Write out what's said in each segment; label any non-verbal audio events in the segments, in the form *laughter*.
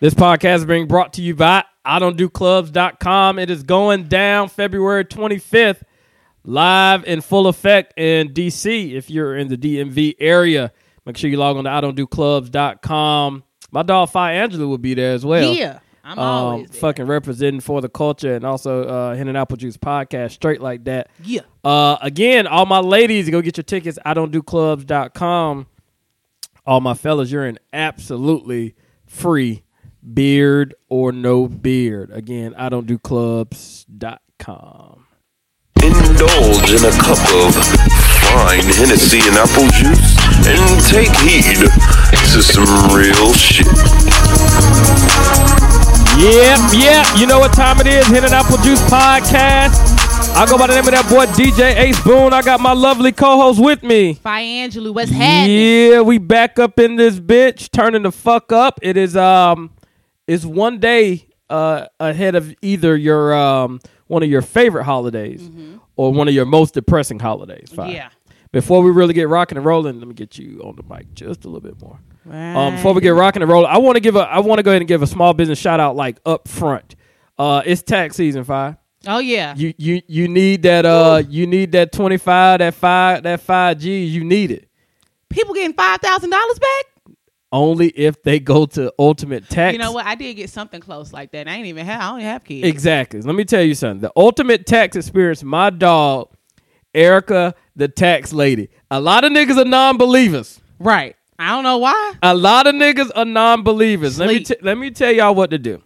This podcast is being brought to you by I Don't Do Clubs.com. It is going down February 25th, live in full effect in DC. If you're in the DMV area, make sure you log on to I Don't Do Clubs.com. My dog Fi Angela will be there as well. yeah, I'm Um, always there. fucking representing for the culture and also uh, Hen and Apple Juice podcast, straight like that. Yeah. Uh, again, all my ladies, go get your tickets. I don't do clubs.com. All my fellas, you're in absolutely free beard or no beard. Again, I don't do clubs.com. Indulge in a cup of fine Hennessy and apple juice and take heed to some real shit. Yep, yep. You know what time it is. Hit an Apple Juice podcast. I go by the name of that boy DJ Ace Boone. I got my lovely co host with me. Fi Angelou, what's happening? Yeah, we back up in this bitch, turning the fuck up. It is um, it's one day uh ahead of either your um one of your favorite holidays or one of your most depressing holidays. Fi. Mm-hmm. Yeah. Before we really get rocking and rolling, let me get you on the mic just a little bit more. Um, Right. before we get rocking and rolling, I want to give a I want to go ahead and give a small business shout out like up front. Uh, it's tax season, five Oh yeah. you you you need that uh you need that 25 that 5 that 5 G you need it People getting five thousand dollars back. only if they go to ultimate tax You know what? I did get something close like that. And I ain't even have. I don't even have kids. exactly let me tell you something the ultimate tax experience my dog Erica the tax lady a lot of niggas are non-believers right. I don't know why. a lot of niggas are non-believers let me Sleep. t- let me tell y'all what to do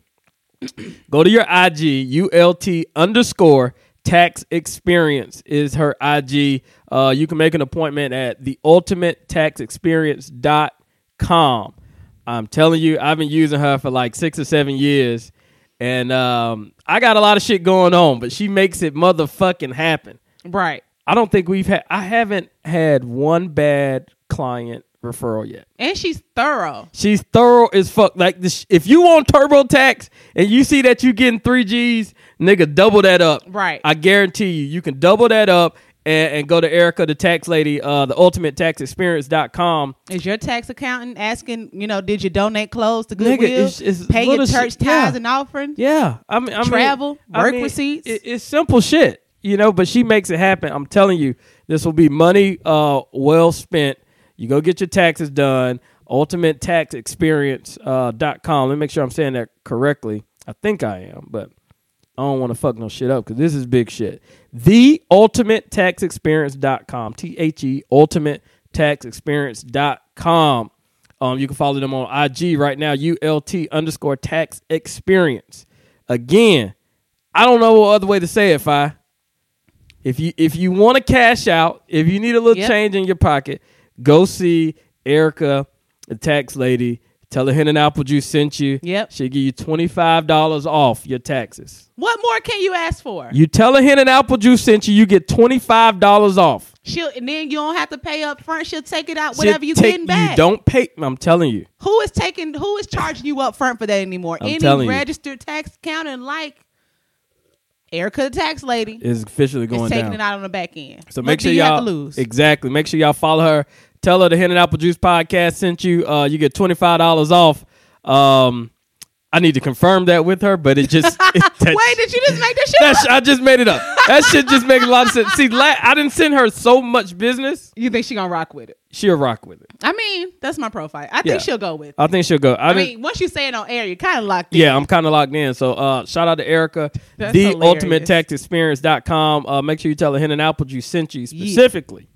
go to your IG ULT underscore tax experience is her IG. Uh, you can make an appointment at the ultimate tax com. I'm telling you, I've been using her for like six or seven years, and um, I got a lot of shit going on, but she makes it motherfucking happen. Right. I don't think we've had, I haven't had one bad client referral yet. And she's thorough. She's thorough as fuck. Like this, if you want TurboTax and you see that you getting three Gs, nigga, double that up. Right. I guarantee you, you can double that up and, and go to Erica the Tax Lady, uh, the Ultimate Tax Experience.com. Is your tax accountant asking? You know, did you donate clothes to Nigga, Goodwill? it's- it's Pay your little shit. church tithes Yeah. and offerings. Yeah, I mean, I mean- Travel, I work mean, receipts. it- it's simple shit, you know. But she makes it happen. I'm telling you, this will be money uh, well spent. You go get your taxes done. UltimateTaxExperience.com. Uh, .com. Let me make sure I'm saying that correctly. I think I am, but I don't want to fuck no shit up because this is big shit. The ultimatetexexperience.com. T H E ultimatetexexperience.com. Um, you can follow them on IG right now, ULT underscore tax experience. Again, I don't know what other way to say it, Fi. If you if you want to cash out, if you need a little Yep. change in your pocket, go see Erica, the tax lady. Tell her Hen and Apple Juice sent you. Yep. She'll give you $25 off your taxes. What more can you ask for? You tell a hen and apple juice sent you, you get twenty five dollars off. She'll and then you don't have to pay up front. She'll take it out Shit, whatever you take- getting back. You don't pay. I'm telling you, Who is taking? Who is charging you up front for that anymore? I'm telling Any you. registered tax accountant like Erica, the tax lady, it's officially going is taking down. it out on the back end. So What make do sure you all have to lose. *laughs* exactly. Make sure y'all follow her. Tell her the hen and apple juice podcast sent you. Uh, you get twenty five dollars off. Um, I need to confirm that with her, but it *laughs* just it, that Wait, did you just make that shit? up? that sh- I just made it up. That shit just makes a lot of sense. See, la- I didn't send her so much business. you think she gonna rock with it? She'll rock with it. I mean, that's my profile. I think Yeah. she'll go with. it. I think she'll go. I, I didn't- mean, once you say it on air, you're kind of locked in. Yeah, I'm kind of locked in. So uh, shout out to Erica, That's the hilarious. ultimate tax experience.com. Uh, make sure you tell her Hen and Apple Juice sent you specifically.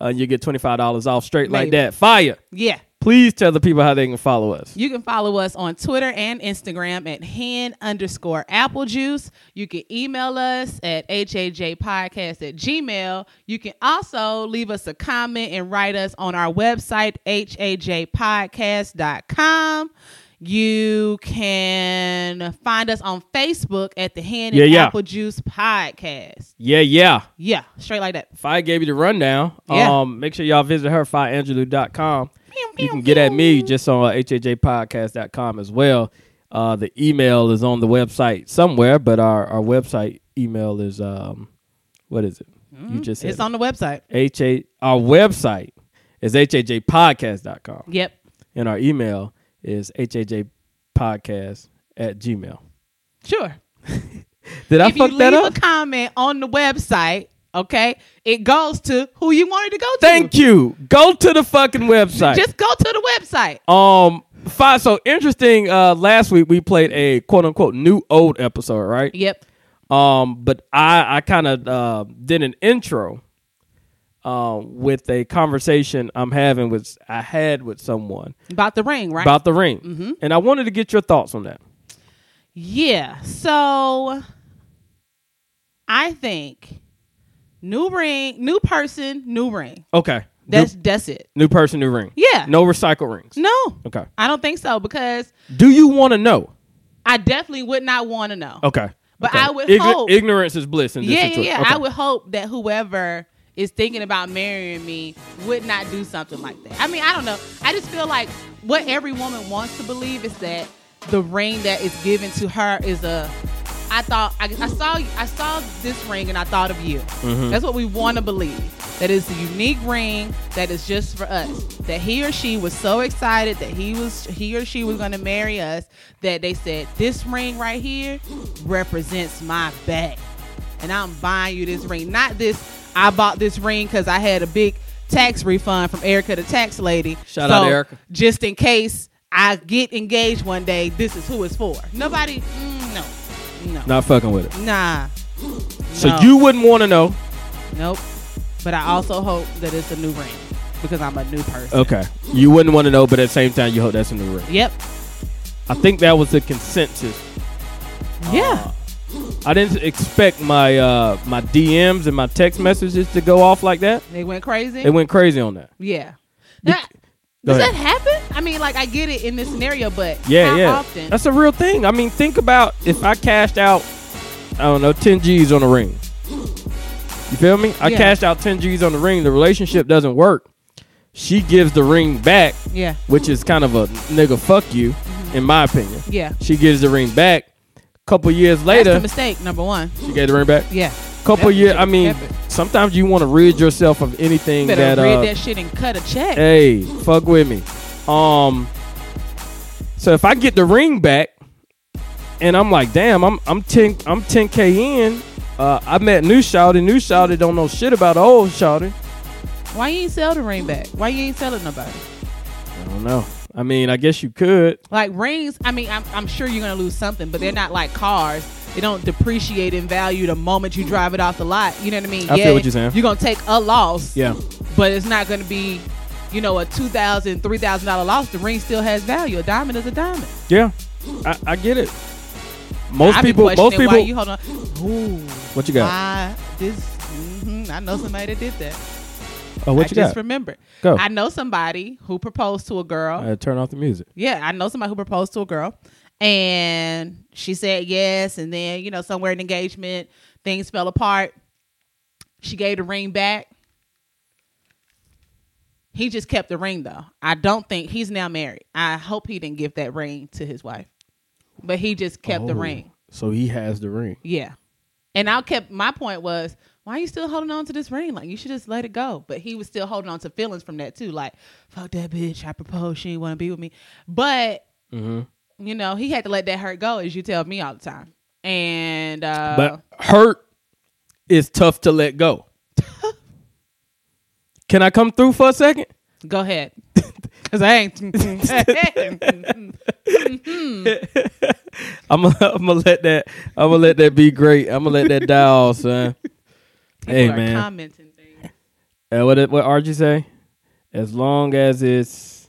Uh, you get $25 off straight like Maybe. that. Fire. Yeah. Please tell the people how they can follow us. You can follow us on Twitter and Instagram at hen underscore apple juice. You can email us at hajpodcast at gmail. You can also leave us a comment and write us on our website, hajpodcast.com. You can find us on Facebook at the Hen and Yeah, yeah. Apple Juice Podcast. Yeah, yeah. Yeah, straight like that. Fi gave you the rundown. Yeah. Um, make sure y'all visit her, fiangelou.com. You can get at me just on uh, hajpodcast.com as well. Uh, the email is on the website somewhere, but our, our website email is um, what is it? You just said Mm-hmm. It's it. on the website. H A our website is hajjpodcast.com Yep. and our email is hajjpodcast podcast at Gmail. Sure. Did I if you fuck leave that a up? comment on the website, okay, it goes to who you wanted to go to. Thank you. Go to the fucking website. Just go to the website. um fine. So interesting. Uh, last week we played a quote unquote new old episode, right? Yep. Um, but I I kind of uh, did an intro um with a conversation I'm having with I had with someone About the ring, right? Mm-hmm. about the ring, and I wanted to get your thoughts on that. Yeah. So I think new ring, new person, new ring. Okay. That's that's it. new, new person, new ring. Yeah. No recycled rings. No. Okay. I don't think so because Do you want to know? I definitely would not want to know. Okay. But Okay. I would Ign- hope- ignorance is bliss in this Yeah, yeah, situation. yeah. Okay. I would hope that whoever is thinking about marrying me would not do something like that. I mean, I don't know. I just feel like what every woman wants to believe is that the ring that is given to her is a. I thought I, I saw I saw this ring and I thought of you. Mm-hmm. That's what we want to believe. That is the unique ring that is just for us. That he or she was so excited that he was he or she was going to marry us that they said this ring right here represents my back and I'm buying you this ring. Not this. I bought this ring because I had a big tax refund from Erica, the tax lady. Shout out, Erica. Just in case I get engaged one day, this is who it's for. Nobody. mm, no. No. Not fucking with it. Nah. So No. you wouldn't want to know. Nope. But I also hope that it's a new ring because I'm a new person. Okay. You wouldn't want to know, but at the same time, you hope that's in the ring. Yep. I think that was the consensus. yeah. I didn't expect my uh, my DMs and my text messages to go off like that. They went crazy. They went crazy on that. yeah. That- Go does ahead. that happen? I mean, like I get it in this scenario, but Yeah, how yeah. often? That's a real thing. I mean, think about if I cashed out, I don't know, 10 G's on a ring. You feel me? I Yeah. cashed out 10 G's on the ring. The relationship doesn't work. She gives the ring back, yeah. Mm-hmm. which is kind of a nigga fuck you, in my opinion. Yeah. She gives the ring back. Couple years That's the later, mistake number one. she gave the ring back. Yeah. Couple That years, shit I mean, happened. sometimes you want to rid yourself of anything Better that read uh, eh. that shit and cut a check. hey, fuck with me. Um, so if I get the ring back, and I'm like, damn, I'm I'm ten I'm ten k in. Uh, I met new shouty. New shouty don't know shit about old shouty. Why you ain't sell the ring back? Why you ain't selling nobody? I don't know. I mean, I guess you could. Like rings, I mean, I'm, I'm sure you're gonna lose something, but they're not like cars. They don't depreciate in value the moment you drive it off the lot. You know what I mean? I feel what you're saying. You're gonna take a loss, Yeah. but it's not gonna be, you know, a two thousand, three thousand dollar loss. The ring still has value. A diamond is a diamond. Yeah. I, I get it. Most I be people. Most questioning people. Why you hold on? Ooh, what you got? why this? hmm I know somebody that did that. oh, I what you just got? remembered. Go. I know somebody who proposed to a girl. Uh, turn off the music. Yeah, I know somebody who proposed to a girl, and she said yes, and then you know somewhere in engagement things fell apart. She gave the ring back. He just kept the ring though. I don't think he's now married. I hope he didn't give that ring to his wife, but he just kept the Oh, ring. So he has the ring. Yeah, and I kept my point was why are you still holding on to this ring? Like you should just let it go. But he was still holding on to feelings from that too. Like fuck that bitch. I proposed. She didn't want to be with me, but Mm-hmm. you know, he had to let that hurt go, as you tell me all the time. And uh, But hurt is tough to let go. Can I come through for a second? go ahead, *laughs* because I ain't. *laughs* I'm *laughs* gonna I'm gonna let that I'm gonna let that be great. I'm gonna let that die off, son. hey People are man, commenting things. uh, what did- what RG say? As long as it's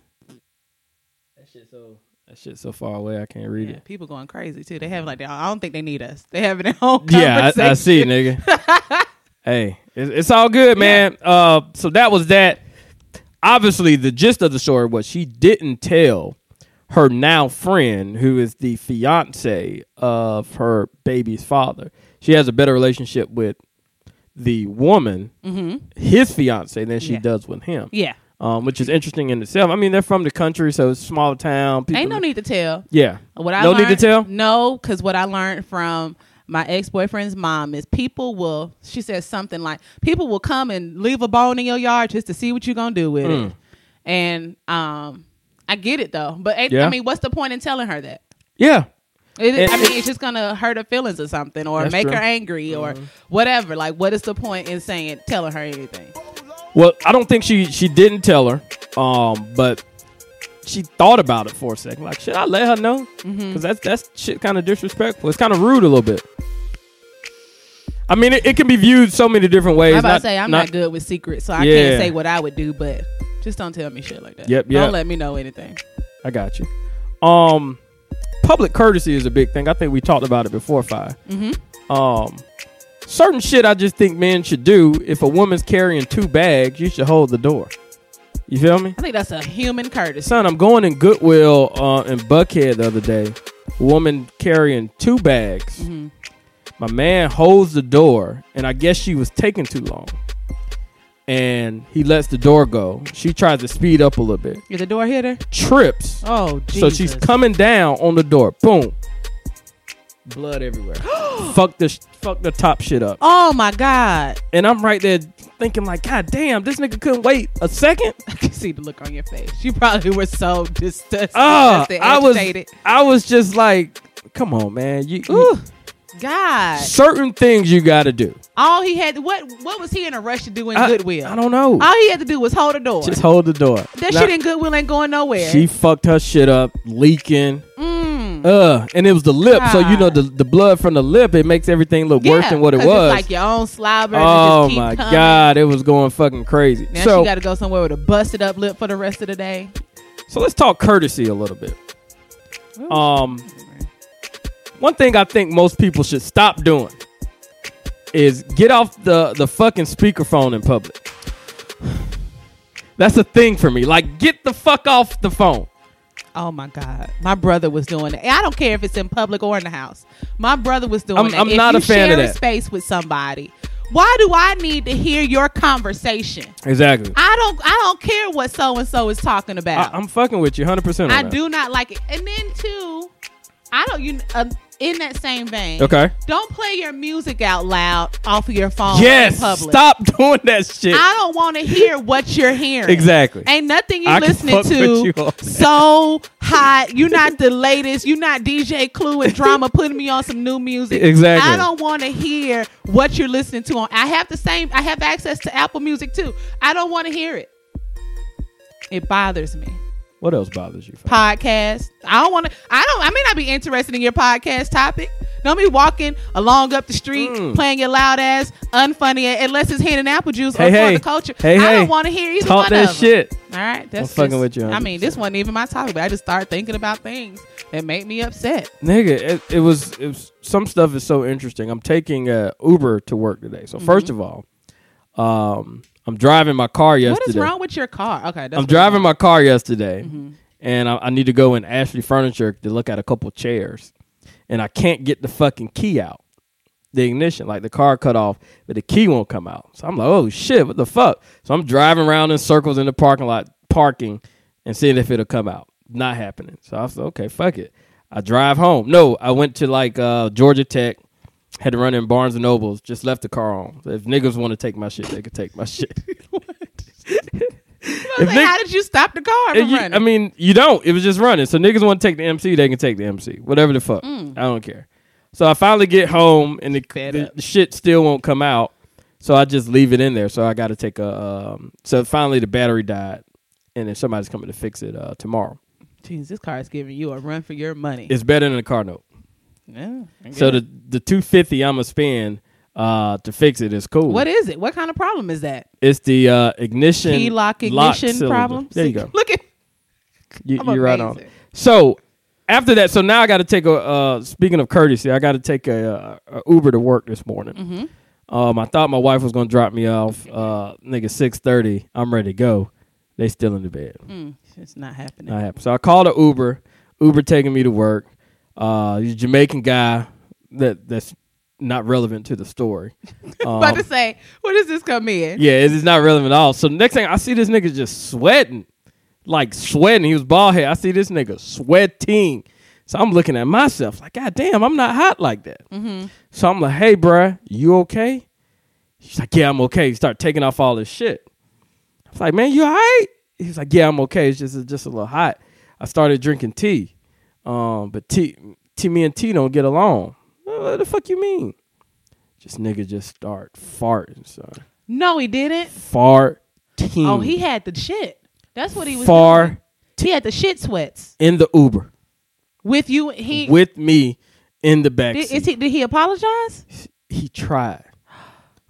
that shit so that shit so far away, I can't read Yeah, it. people going crazy too. They have like, I don't think they need us. They having their *laughs* own Yeah, I, I conversation. see, nigga. *laughs* hey, it's, it's all good, man. Uh, so that was that. Obviously, the gist of the story was she didn't tell her now friend, who is the fiance of her baby's father. She has a better relationship with the woman, his fiance, than she Mm-hmm. Yeah. does with him. Yeah, Um, which is interesting in itself. I mean, they're from the country, so it's small town. People, ain't no need to tell. Yeah. What I no learned, need to tell. No, because what I learned from my ex boyfriend's mom is people will. She says something like, "People will come and leave a bone in your yard just to see what you're gonna do with Mm. it." And um, I get it though, but I- Yeah. I mean, what's the point in telling her that? Yeah. It, It- I mean, it's just gonna hurt her feelings or something, or That's make true. her angry, or whatever. Like, what is the point in saying telling her anything? Well, I don't think she she didn't tell her, um, but she thought about it for a second. Like, should I let her know? Because Mm-hmm. that's that's shit kind of disrespectful. It's kind of rude a little bit. I mean, it, it can be viewed so many different ways. I'm about to say I'm not, good with secrets, so I Yeah. can't say what I would do. But just don't tell me shit like that. Yep, yep. Don't let me know anything. I got you. Um, public courtesy is a big thing. I think we talked about it before. Five. Mm-hmm. Mm. Um, certain shit I just think men should do. If a woman's carrying two bags, you should hold the door. You feel me? I think that's a human courtesy. Son, I'm going in Goodwill uh, in Buckhead the other day. Woman carrying two bags. Mm-hmm. My man holds the door, and I guess she was taking too long. And he lets the door go. She tries to speed up a little bit, You're the door hitter. trips. Oh, Jesus. so she's coming down on the door. *gasps* Boom. Blood everywhere. fuck the fuck the top shit up. Oh my God! And I'm right there thinking like, God damn, this nigga couldn't wait a second. *laughs* I can see the look on your face. You probably were so disgusted. Oh, disgusted, I was, agitated. I was just like, come on, man. You, you- Ooh, God! certain things you got to do. All he had, what, what was he in a rush to do in I, Goodwill? I don't know. All he had to do was hold a door. just hold the door. that Nah, shit in Goodwill ain't going nowhere. She fucked her shit up, leaking. Mm. Uh, and it was the lip, so you know God. the the blood from the lip. It makes everything look worse Yeah, than what it 'cause was. It's like your own slobber. oh and it just keep my coming. god, it was going fucking crazy. Now so she got to go somewhere with a busted up lip for the rest of the day. so let's talk courtesy a little bit. Ooh. Um, one thing I think most people should stop doing is get off the the fucking speakerphone in public. That's a thing for me. Like, get the fuck off the phone. Oh my God! My brother was doing that. And I don't care if it's in public or in the house. My brother was doing I'm- that. I'm if not you a fan of share that. a space with somebody, why do I need to hear your conversation? Exactly. I don't. I don't care what so and so is talking I, about. am fucking with you 100. percent I, do not like it. And then too, I don't. You uh, in that same vein? Okay. Don't play your music out loud off of your phone. Yes. in public. Stop *laughs* doing that shit. I don't want to hear what you're hearing. Exactly. Ain't nothing you I can listening fuck with you to on that. so hot. You're not the latest. You're not DJ Clue and drama putting me on some new music. Exactly. I don't want to hear what you're listening to on. I have the same. I have access to Apple Music too. I don't want to hear it. It bothers me. what else bothers you? fam? Podcast. I don't want to. I don't. I may not be interested in your podcast topic. Don't be walking along up the street Mm. playing your loud ass, unfunny, unless it's handing apple juice Hey, or hey. for the culture. Hey, I hey. don't want to hear either Talk one that of 'em. shit. All right, that's fucking just- with you I mean, this wasn't even my topic, but I just started thinking about things that made me upset. Nigga, it, it was it was some stuff is so interesting. I'm taking uh, Uber to work today. So first of all, um, I'm driving my car yesterday. Mm-hmm. What is wrong with your car? Okay, that's Mm-hmm. I'm what- driving my car yesterday, and I, I need to go in Ashley Furniture to look at a couple chairs, and I can't get the fucking key out, the ignition, like the car cut off, but the key won't come out. So I'm like, oh shit, what the fuck? So I'm driving around in circles in the parking lot, parking, and seeing if it'll come out. Not happening. So I was like, okay, fuck it. I drive home. No, I went to like uh, Georgia Tech. Had to run in Barnes and Nobles. Just left the car on. If niggas want to take my shit, they could take my *laughs* shit. I was If like, Nick- how did you stop the car And from you- running? I mean, you don't. It was just running. So niggas want to take the MC, they can take the MC. Whatever the fuck. Mm. I don't care. So I finally get home and the, Fed the up. shit still won't come out. So I just leave it in there. So I got to take a. Um, so finally the battery died, and then somebody's coming to fix it uh, tomorrow. Jesus, this car is giving you a run for your money. It's better than a car note. Yeah, I get So the it. the two fifty I'ma spend uh, to fix it is cool. what is it? What kind of problem is that? It's the uh, ignition Key lock ignition cylinder. problem. There you See, go. Look at You, I'm you're right on. amazing. So after that, so now I got to take a. Uh, speaking of courtesy, I got to take a, uh a Uber to work this morning. Mm-hmm. Um, I thought my wife was gonna drop me off. Uh, nigga, six thirty. I'm ready to go. They still in the bed. Mm, it's not happening. Not happening. So I called an Uber. Uber taking me to work. Uh, he's a Jamaican guy that that's not relevant to *laughs* the story. Um, about to say, where does this come in? Yeah, it's it's not relevant at all. So the next thing I see this nigga just sweating, like sweating. He was bald head. I see this nigga sweating. So I'm looking at myself like, God damn, I'm not hot like that. So I'm like, Hey, bruh, you okay? She's like, Yeah, I'm okay. He start taking off all this shit. I was like, Man, you all right? He's like, Yeah, I'm okay. It's just it's just a little hot. I started drinking tea. Um, but T, T, me and T don't get along. Uh, What the fuck you mean? Just nigga just start farting, son. No, he didn't. Farting. Oh, he had the shit. That's what he was. far doing. He had the shit sweats in the Uber with you. He with me in the back did, is he? Did he apologize? he tried.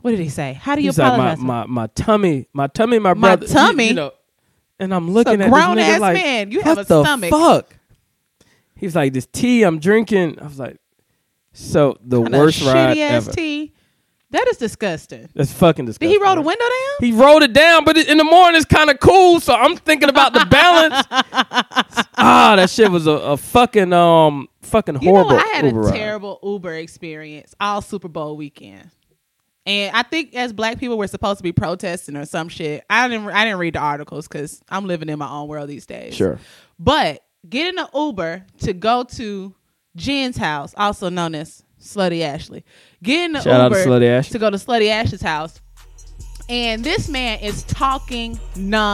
What did he say? How do you He's like my, apologize? my my tummy, my tummy, my, brother, you- tummy? You know, and I'm looking at grown this nigga ass like, man. You what have a the stomach." Fuck. He's like this tea I'm drinking. I was like, so the Kinda worst ride shitty ass ever. tea. That is disgusting. That's *laughs* fucking disgusting. Did he roll the right? window down? He rolled it down, but it, in the morning it's kind of cool. So I'm thinking *laughs* about the balance. ah, that shit was a, a fucking um fucking You horrible. know, I had Uber a ride. terrible Uber experience all Super Bowl weekend. And I think as black people we're supposed to be protesting or some shit. I didn't I didn't read the articles cuz I'm living in my own world these days. Sure. But getting an Uber to go to Jen's house, also known as Slutty Ashley. Getting an Shout out to Uber Slutty Ashley. to go to Slutty Ashley's house. And this man is talking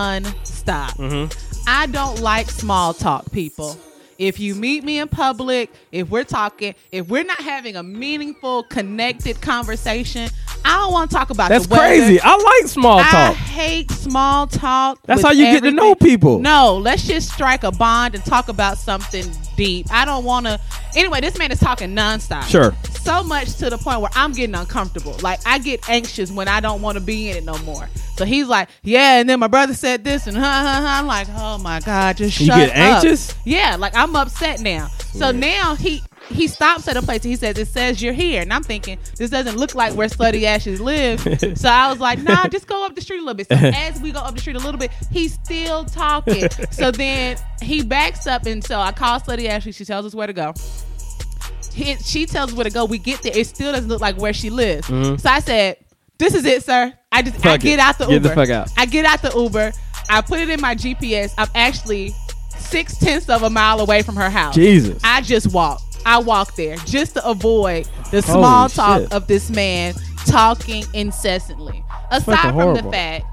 nonstop. Mm-hmm. I don't like small talk, people. If you meet me in public, if we're talking, if we're not having a meaningful, connected conversation, I don't want to talk about That's the weather. crazy. I like small I talk. hate small talk. That's with how you get to know everything. people. No, let's just strike a bond and talk about something deep. I don't want to. Anyway, this man is talking nonstop. Sure. So much to the point where I'm getting uncomfortable. Like I get anxious when I don't want to be in it no more. So he's like, yeah, and then my brother said this, and huh, huh, huh. I'm like, oh my god, just You shut get up. anxious? Yeah, like I'm upset now. So now he he stops at a place. and He says, "It says you're here," and I'm thinking this doesn't look like where Slutty Ashes *laughs* live. so I was like, "Nah, just go up the street a little bit." So as we go up the street a little bit, he's still talking. *laughs* so then he backs up, and so I call Slutty Ashley. She tells us where to go. He- she tells us where to go. We get there. It still doesn't look like where she lives. So I said, "This is it, sir." I just I Mm-hmm. Fuck it. get out the Get the Uber. fuck out. I get out the Uber. I put it in my GPS. I'm actually six tenths of a mile away from her house. Jesus. I just walked. I walked there just to avoid the small Holy talk shit. of this man talking incessantly. Aside fucking from the horrible. fact,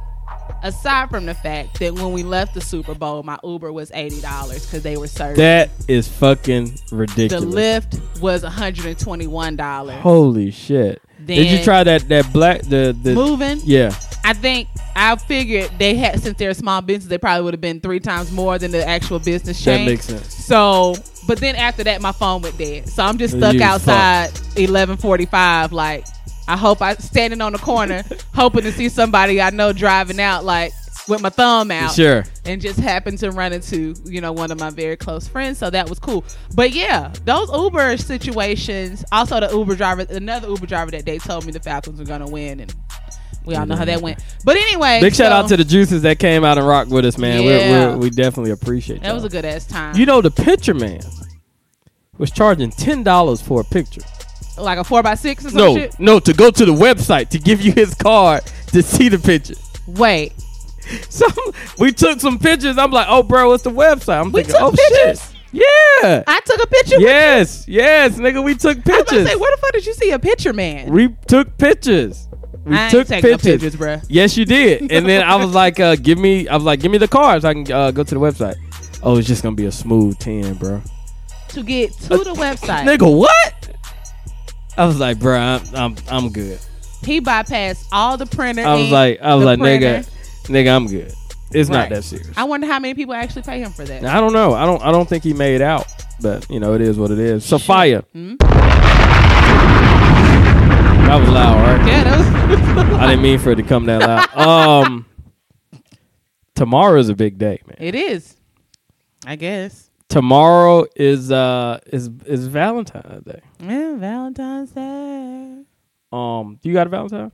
aside from the fact that when we left the Super Bowl, my Uber was eighty dollars because they were serving. that is fucking the ridiculous. Lyft was one hundred and twenty-one dollars. Holy shit! Did you Then- try that that black the the Moving, yeah? I think I figured they had since they're a small business, they probably would have been three times more than the actual business That chain. makes sense. So, but then after that, my phone went dead. So I'm just And stuck you was outside eleven forty five. Like I hope I standing on the *laughs* corner, hoping to see somebody I know driving out, like with my thumb out Sure. and just happened to run into you know one of my very close friends so that was cool but yeah those uber situations also the uber driver another uber driver that day told me the falcons were gonna win and we all know how that went but anyway Mm-hmm. Big shout out so to the juices that came out and rocked with us, man. We're, Yeah. we're, we definitely appreciate that was y'all. a good ass time You know, the picture man was charging ten dollars for a picture. like a four by six or some No, shit no, to go to the website to give you his card to see the picture. *laughs* wait So we took some pictures. I'm like, oh, bro, what's the website? I'm We thinking, took oh pictures? shit, yeah, i took a picture with- yes, yes, nigga, we I was took about to pictures. say, where the fuck did you see a picture man we took pictures. We I ain't took taking no pictures. pictures, bruh. Yes, you did. And then I was like, uh, give me. I was like, give me the card so I can uh, go to the website. Oh, it's just gonna be a smooth ten, bro. to get to the website Nigga, what? I was like, bro, I'm I'm, I'm good. he bypassed all the printer I was ink, like, I was the like, printer. nigga, nigga, I'm good. It's not Right. that serious. i wonder how many people actually pay him for that I don't know. I don't. I don't think he made out. But you know, it is what it is. Sophia. Hmm? That was loud, right? yeah that was I didn't mean for it to come that loud. Um, tomorrow is a big day, man. *laughs* It is. I guess. Tomorrow is uh is is Valentine's Day. Yeah, Valentine's Day. Um, you got a Valentine?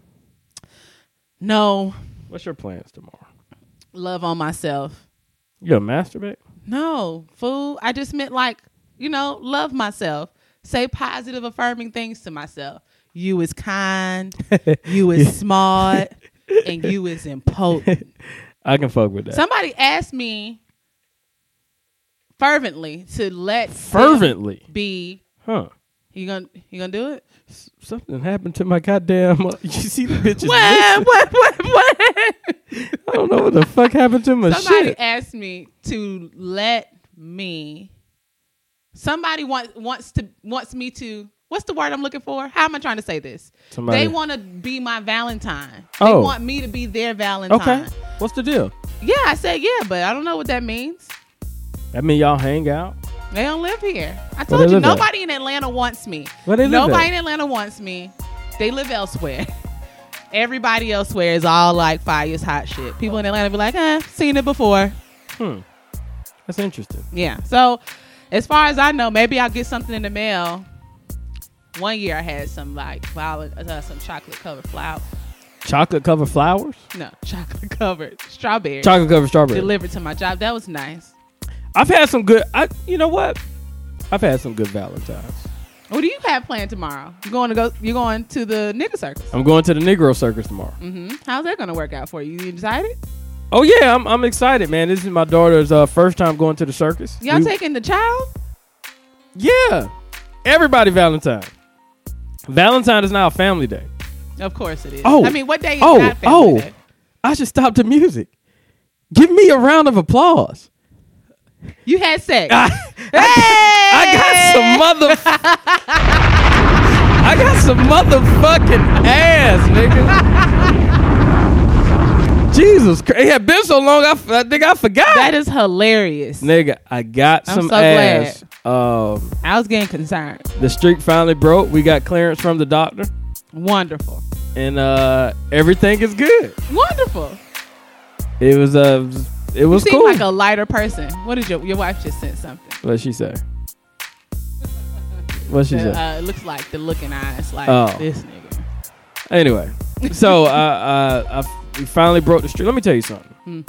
No. What's your plans tomorrow? Love on myself. You gonna masturbate? No. Fool. I just meant like, you know, love myself. Say positive affirming things to myself. You is *laughs* kind, you is smart, and you is impotent. I can fuck with that. Somebody asked me fervently to let them Fervently, be huh? you gonna you gonna do it? S- *laughs* something happened to my goddamn. uh, *laughs* you see the bitches? What what what what I don't know what the fuck happened to my Somebody shit. asked me to let me Somebody wants wants to wants me to. What's the word I'm looking for? How am I trying to say this? Somebody- They want to be my Valentine. They Oh. want me to be their Valentine. Okay. What's the deal? Yeah, I said yeah, but I don't know what that means. That mean y'all hang out? They don't live here. I they told you live at? nobody in Atlanta wants me. Where they live nobody at? in Atlanta wants me. They live elsewhere. *laughs* Everybody elsewhere is all like fire's hot shit. People in Atlanta be like, eh, seen it before. Hmm. That's interesting. Yeah. So as far as I know, maybe I'll get something in the mail. One year I had some like violet, uh, some chocolate covered flower. Chocolate covered flowers? No, *laughs* chocolate covered strawberry Chocolate covered strawberry. delivered to my job. That was nice. I've had some good I you know what? I've had some good Valentines. What do you have planned tomorrow? You going to go? You going to the nigga circus? I'm going to the Negro Circus tomorrow. hmm How's that gonna work out for you? You excited? Oh yeah, I'm I'm excited, man. This is my daughter's uh, first time going to the circus. Y'all We- taking the child? Yeah. Everybody Valentine. Valentine is now a family day. Of course it is. Oh. I mean, what day is Oh. not family Oh. day? I should stop the music. Give me a round of applause. You had sex. *laughs* I, I I got some mother. I got some motherfucking ass, nigga. Jesus Christ! It had been so long. I, f- I think I forgot. That is hilarious. nigga, I got I'm some so glad. ass. Um, I was getting concerned. the streak finally broke. We got clearance from the doctor, Wonderful. and uh, everything is good. Wonderful. It was uh, it You was seem cool. like a lighter person. What did your your wife just sent something? what she say? What she The, say? uh, it looks like the looking eyes, like Oh. this nigga. Anyway, so uh, uh, I f- we finally broke the streak. Let me tell you something. Hmm.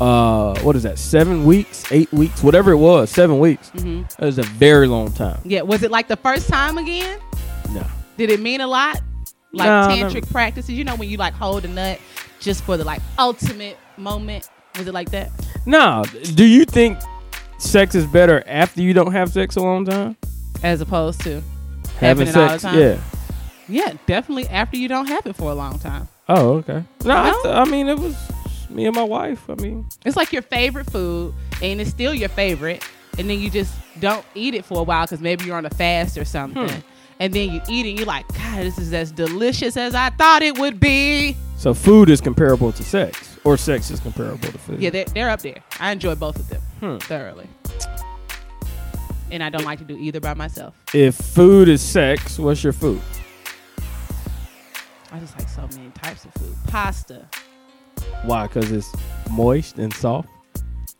Uh, what is that? Seven weeks, eight weeks, whatever it was. Seven weeks. Mm-hmm. That was a very long time. Yeah. Was it like the first time again? No, Did it mean a lot? Like No, tantric never. practices, you know, when you like hold a nut just for the like ultimate moment. Was it like that? no. Do you think sex is better after you don't have sex a long time? As opposed to Having it all the sex, time? yeah. Yeah, definitely after you don't have it for a long time. Oh, okay. No, I, No? th- I mean it was me and my wife. I mean, It's like your favorite food, and it's still your favorite, and then you just don't eat it for a while because maybe you're on a fast or something. Hmm. And then you eat it, and you're like, God, this is as delicious as I thought it would be. so food is comparable to sex, or sex is comparable to food. Yeah, they're, they're up there. I enjoy both of them Hmm. thoroughly. And I don't like to do either by myself. if food is sex, what's your food? I just like so many types of food. Pasta. Why? Because it's moist and soft.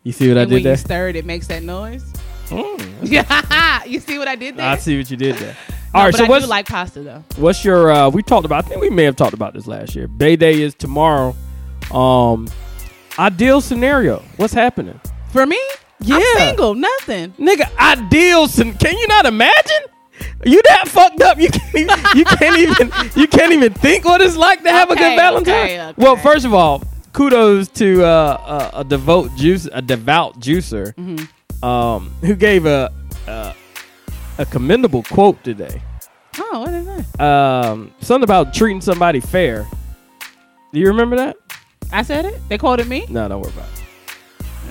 You see what and I when did there? you stir it, it makes that noise. Mm. Yeah, *laughs* you see what I did there? I see what you did *laughs* there. No, All right, but so I what's do like pasta though. what's your? Uh, we talked about. I think we may have talked about this last year. Bay Day is tomorrow. Um, ideal scenario. What's happening, For me, I'm Yeah. single, Oh, nothing. nigga? Ideal. Scen- can you not imagine? You that fucked up. You can't, you *laughs* can't even you can't even think what it's like to have a Okay, good Valentine. okay, okay. Well, first of all, kudos to uh, a, a devout juice a devout juicer Mm-hmm. um, who gave a, a a commendable quote today. Oh, what is that? um, something about treating somebody fair. Do you remember that? I said it. They quoted me. No, don't worry about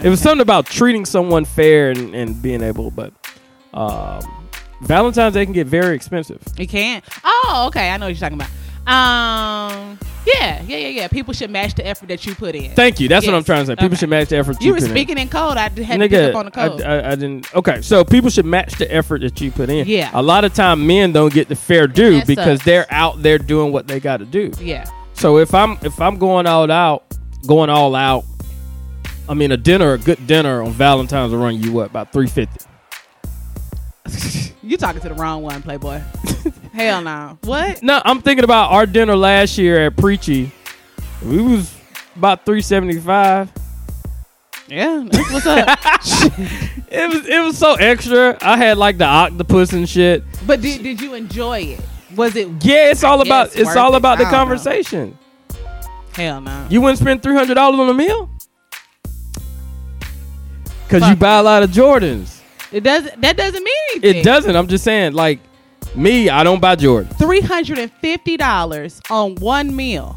it. It was something about treating someone fair and, and being able, but um, Valentine's Day can get very expensive. You can't. Oh, okay. I know what you're talking about. Um, yeah, yeah, yeah, yeah. People should match the effort that you put in. Thank you. That's what Yes. I'm trying to say. People Okay. should match the effort. you were put in. speaking in code. I d- had to pick Nigga, up on the code. I, I, I didn't. Okay, so people should match the effort that you put in. Yeah. A lot of time, men don't get the fair due That because sucks. they're out there doing what they got to do. yeah, So if I'm if I'm going all out, going all out, I mean a dinner, a good dinner on Valentine's will run you what about three fifty? you talking to the wrong one, *laughs* Playboy. Hell no. What? No, I'm thinking about our dinner last year at Preachy. We was about three seventy five. Yeah. that's What's up? *laughs* It was it was so extra. I had like the octopus and shit. but did, did you enjoy it? Was it? Yeah, it's all about it's it's worth all it. about I the don't know. conversation. Hell no. You wouldn't spend three hundred dollars on a meal because you Fuck. buy a lot of Jordans. It doesn't. That doesn't mean anything. It doesn't. I'm just saying, like me, I don't buy Jordans. Three hundred and fifty dollars on one meal.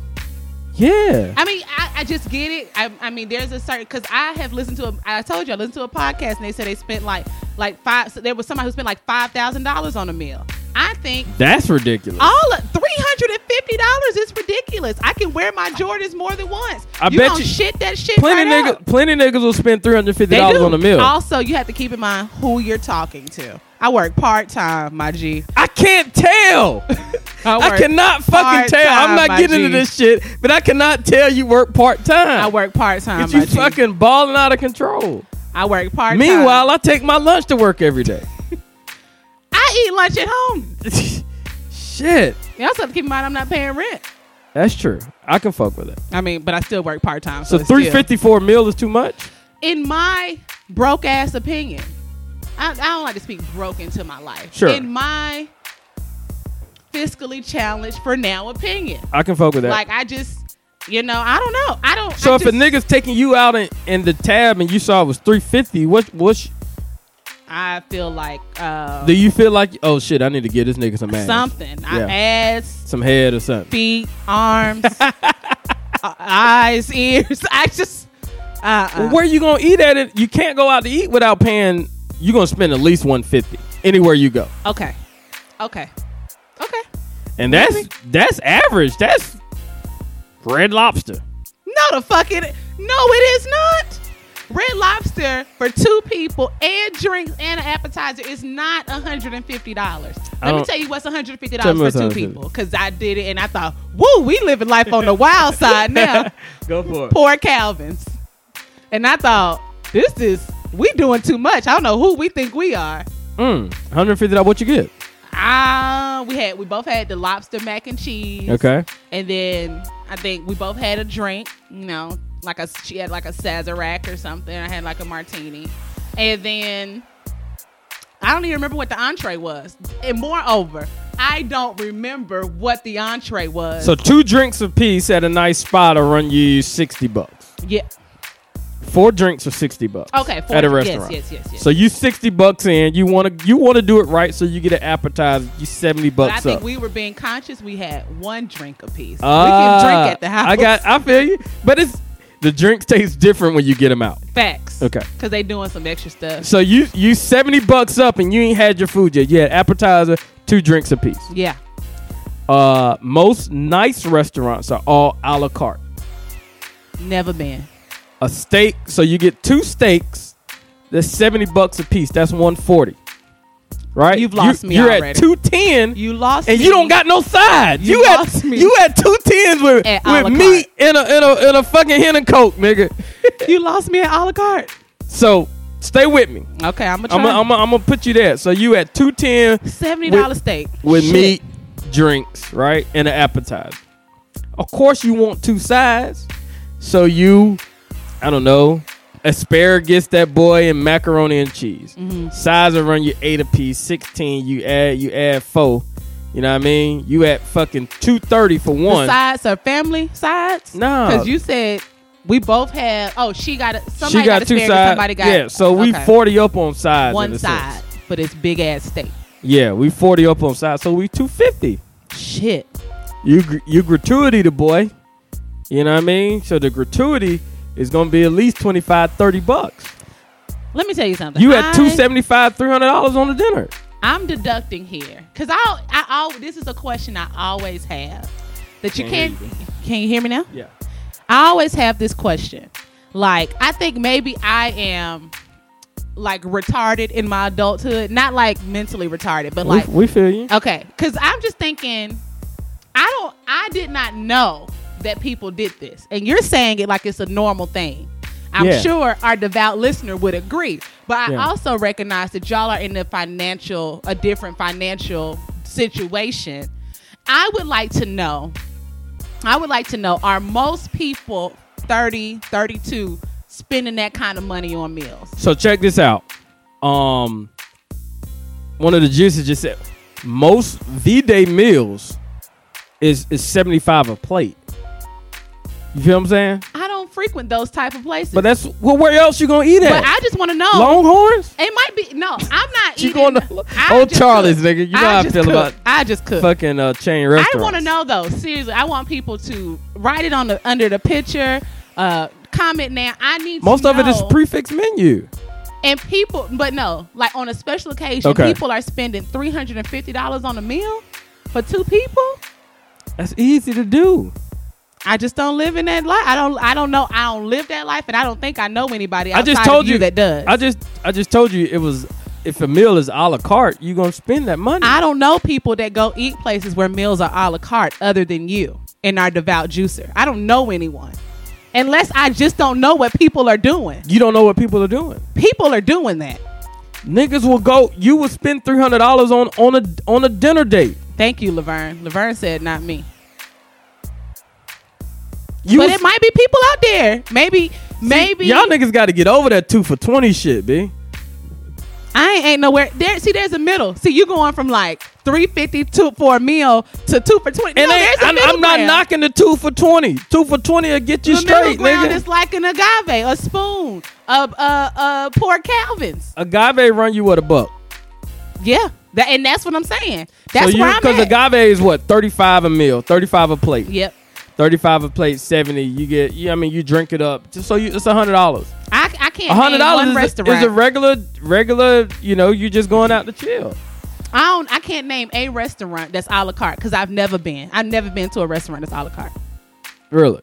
Yeah. I mean, I, I just get it. I, I mean, there's a certain because I have listened to a. I told you I listened to a podcast and they said they spent like like five. So there was somebody who spent like five thousand dollars on a meal. I think That's ridiculous. all of three hundred and fifty dollars is ridiculous. I can wear my Jordans more than once. I you bet gonna you- shit that shit plenty right niggas, out. plenty niggas will spend three hundred fifty They dollars do. on a meal. Also, you have to keep in mind who you're talking to. I work part time, my G. I can't tell. I work cannot fucking tell. part-time, I'm my not getting G. into this shit, but I cannot tell you work part time. I work part time. But you fucking balling out of control. I work part time. Meanwhile, I take my lunch to work every day. I eat lunch at home. shit, You also have to keep in mind I'm not paying rent. that's true. I can fuck with it. I mean, but I still work part time. So So, it's three fifty for a meal is too much. still- In my broke ass opinion, I, I don't like to speak broke into my life. Sure. In my fiscally challenged for now opinion, I can fuck with that. like I just, you know, I don't know. I don't. so I if a just- nigga's taking you out in, in the tab and you saw it was three fifty, what what's I feel like uh, do you feel like? Oh shit, I need to get this nigga some ass, something. I Yeah. ass, some head or something. feet, *laughs* arms, uh, eyes, ears. *laughs* I just. Uh, uh Well, where you gonna eat at it? You can't go out to eat without paying. You are gonna spend at least one fifty anywhere you go, uh, Okay. Okay. Okay. and that's that's average. That's Red Lobster. No, the fuck it. No, it is not. Red Lobster for two people and drinks and an appetizer is not $150. I Let me don't- tell you what's $150 Oh. Tell me for what's two $150. people. Because I did it and I thought, woo, we living life on the wild side *laughs* now. Go for it. Poor Calvin's. And I thought, this is, we doing too much. I don't know who we think we are. Mm, hundred fifty dollars. What you get? Ah, we had, we both had the lobster mac and cheese. Okay. And then I think we both had a drink, you know, like a she had like a Sazerac or something. I had like a martini. And then I don't even remember what the entree was. And moreover, I don't remember what the entree was. So two drinks apiece at a nice spot will run you sixty bucks. yeah. Four drinks are sixty bucks. Okay, four- at a yes, restaurant. yes, yes, yes. So you sixty bucks in. You wanna you wanna do it right, so you get an appetizer. You seventy But I bucks think up. we were being conscious. We had one drink apiece. we Ah, can drink at the house. I got. I feel you. But it's the drinks taste different when you get them out. facts. Okay. Because they doing some extra stuff. So you you seventy bucks up and you ain't had your food yet. You had appetizer, two drinks apiece. Yeah. Uh, most nice restaurants are all a la carte. Never been. A steak, so you get two steaks. That's seventy bucks a piece. That's one forty. Right? You've lost you, me You're at already. two ten, You lost and me. you don't got no sides. You You, had lost me. you had two tens with At a la with meat and a and a and a fucking hen and coke, nigga. You lost me at a la carte. so stay with me. Okay, I'm gonna try. I'm gonna I'm I'm put you there. So you at two ten Seventy With- dollar steak with Shit. meat, drinks, right, and an appetizer. Of course, you want two sides, so you, I don't know, asparagus that boy and macaroni and cheese. Mm-hmm. Sides will run you eight a piece, sixteen. You add you add four. You know what I mean? You at fucking two thirty for The one. sides are family sides. No. because you said we both have. Oh, she got a, somebody she got, two asparagus, sides. Somebody got yeah, so we okay. forty up on sides. in one a sense. side, but it's big ass steak. Yeah, we forty up on sides, so we two fifty. Shit. you gr- you gratuity the boy you know what i mean so the gratuity is gonna be at least 25 30 bucks Let me tell you something. you had I- 275 300 dollars on the dinner I'm deducting here because I I al- this is a question I always have that you Can't can't. hear Can you hear me now? yeah I always have this question. Like, I think maybe I am like retarded in my adulthood. Not like mentally retarded, but like we, we feel you Okay, because I'm just thinking, I don't, I did not know that people did this, and you're saying it like it's a normal thing. I'm Yeah. sure our devout listener would agree, but I Yeah. also recognize that y'all are in a financial, a different financial situation. I would like to know, I would like to know, are most people 30, 32 spending that kind of money on meals? so check this out um one of the juices just said most v-day meals is is 75 a plate you feel what i'm saying I don't frequent those type of places. But that's well, where else you gonna eat at? But I just want to know. Longhorns? it might be no. I'm not You eating. going to I Old just Charlie's, cook. nigga? You know I how I just feel cook. about I just cook. fucking uh, chain I restaurants. want to know though. Seriously, I want people to write it on the under the picture. Uh, comment now. I need to Most of it is know. prefix menu. and people. But no, like on a special occasion, Okay. people are spending three hundred and fifty dollars on a meal for two people. That's easy to do. I just don't live in that life. I don't. I don't know. I don't live that life, and I don't think I know anybody. I just outside of told you that does. I just I just told you it was if a meal is a la carte, you gonna spend that money. I don't know people that go eat places where meals are a la carte other than you and our devout juicer. I don't know anyone. Unless I just don't know what people are doing. you don't know what people are doing. People are doing that. Niggas will go. You will spend three hundred dollars on on a on a dinner date. Thank you, Laverne. Laverne said, not me. You but will- it might be people out there. Maybe, maybe. y'all niggas got to get over that two for twenty shit, b. I ain't, ain't nowhere. There, see, there's a middle. See, you going from like 350 to, for a meal to two for 20. And no, ain't- there's a I'm, middle I'm not ground. knocking the two for twenty. Two for twenty will get you The middle straight, ground nigga. is like an agave, a spoon, a, a, a pork Calvin's. agave run you what a buck. Yeah, that, and that's what I'm saying. That's so where I'm Because at. agave is what thirty five a meal, thirty five a plate, yep, thirty five a plate, seventy. You get. You, I mean, you drink it up. Just so you, it's hundred dollars. I, I can't. A hundred name dollars one is, a- restaurant. is a regular, regular. You know, you just going out to chill. I don't. I can't name a restaurant that's a la carte because I've never been. I've never been to a restaurant that's a la carte. Really?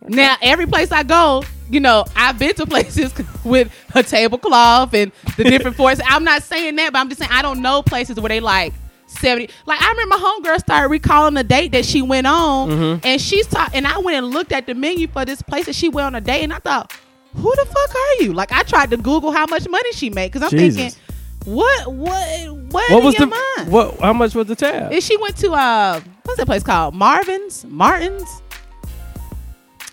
Now every place I go, you know, I've been to places *laughs* with a tablecloth and the *laughs* different forks. I'm not saying that, but I'm just saying I don't know places where they like. 70 like I remember my homegirl started recalling a date that she went on Mm-hmm. and she's talking and I went and looked at the menu for this place that she went on a date and I thought who the fuck are you like I tried to google how much money she made cuz I'm Jesus. thinking what what what, What was the in your mind? what? How much was the tab? And she went to uh, what's that place called? Marvin's, Martin's.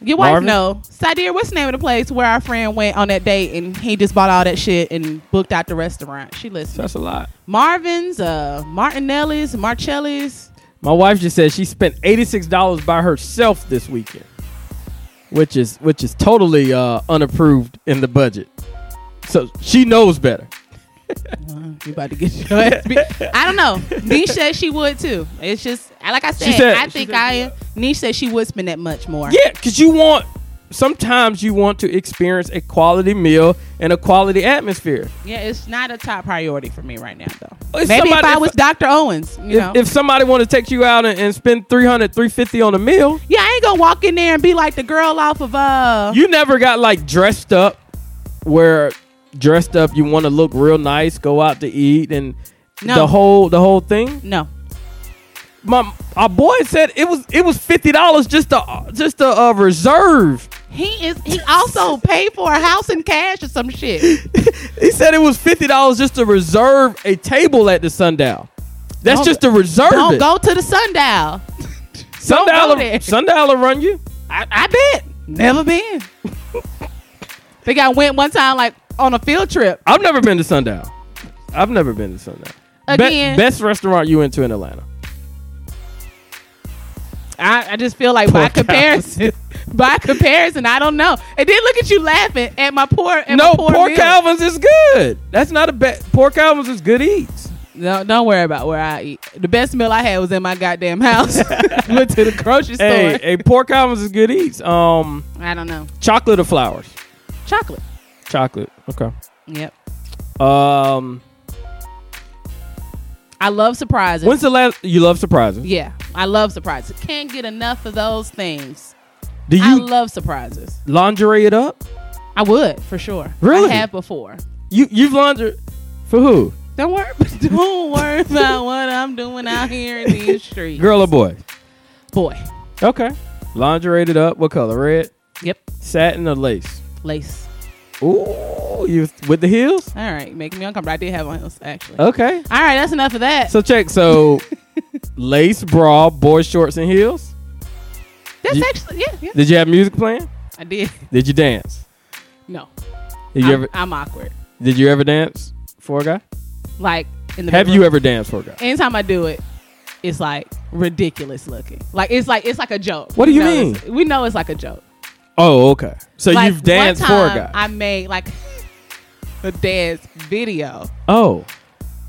Your wife Marvin? know. Sadir, what's the name of the place where our friend went on that date and he just bought all that shit and booked out the restaurant? She listened. That's a lot. Marvin's, uh, Martinelli's, Marcelli's. My wife just said she spent eighty six dollars by herself this weekend, which is which is totally uh, unapproved in the budget. So she knows better. You about to get your ass beat. I don't know. *laughs* Niche said she would too. It's just like I said. said- I she think said I am. Niche said she would spend that much more. Yeah, because you want sometimes you want to experience a quality meal and a quality atmosphere. Yeah, it's not a top priority for me right now though. If Maybe somebody- if I if- was Dr. Owens, you know. If, if somebody want to take you out and, and spend 300 350 on a meal, Yeah, I ain't gonna walk in there and be like the girl off of uh. you never got like dressed up where dressed up you want to look real nice, go out to eat and No. the whole the whole thing. no, my our boy said it was it was fifty dollars just to just to uh, reserve. he is. He also paid for a house in cash or some shit. He said it was fifty dollars just to reserve a table at the sundown. That's Don't- just to reserve Don't it. go to the sundial. *laughs* sundial, go there. sundial will run you. I, I bet. Never been. think I went one time like on a field trip. I've never been to sundial. I've never been to sundial. Be- Again. best restaurant you went to in Atlanta. I, I just feel like by Pork chops. comparison, *laughs* by comparison, I don't know. And then look at you laughing at my poor. At no, my poor Pork meal. Calvin's is good. That's not a bad. Pork Calvin's is *laughs* good eats. Don't, don't worry about where I eat. The best meal I had was in my goddamn *laughs* house. Went to the grocery store. Hey, hey, Pork Calvin's is good eats. Um, I don't know. chocolate or flowers? Chocolate. Chocolate. Okay. Yep. Um, I love surprises. when's the last you love surprises? yeah, I love surprises. Can't get enough of those things. Do I you love surprises. lingerie it up? I would for sure. Really? I have before. You you've lingerie for who? Don't worry. *laughs* Don't worry about what I'm doing out here in these streets. Girl or boy? boy. Okay. Lingerie it up. What color? Red, Yep. satin, or lace? Lace. Ooh, you with the heels? All right, making me uncomfortable. I did have on heels actually. Okay. All right, that's enough of that. So check. *laughs* So lace bra, boy shorts, and heels. that's you- actually yeah, yeah. Did you have music playing? I did. Did you dance? No. Did you I'm, ever? I'm awkward. Did you ever dance for a guy? Like in the Have bedroom. you ever danced for a guy? anytime I do it, it's like ridiculous looking. Like it's like it's like a joke. What do We you know mean? it's- We know it's like a joke. Oh, okay. So Like, you've danced one for a time, guy. I made like *laughs* a dance video, oh,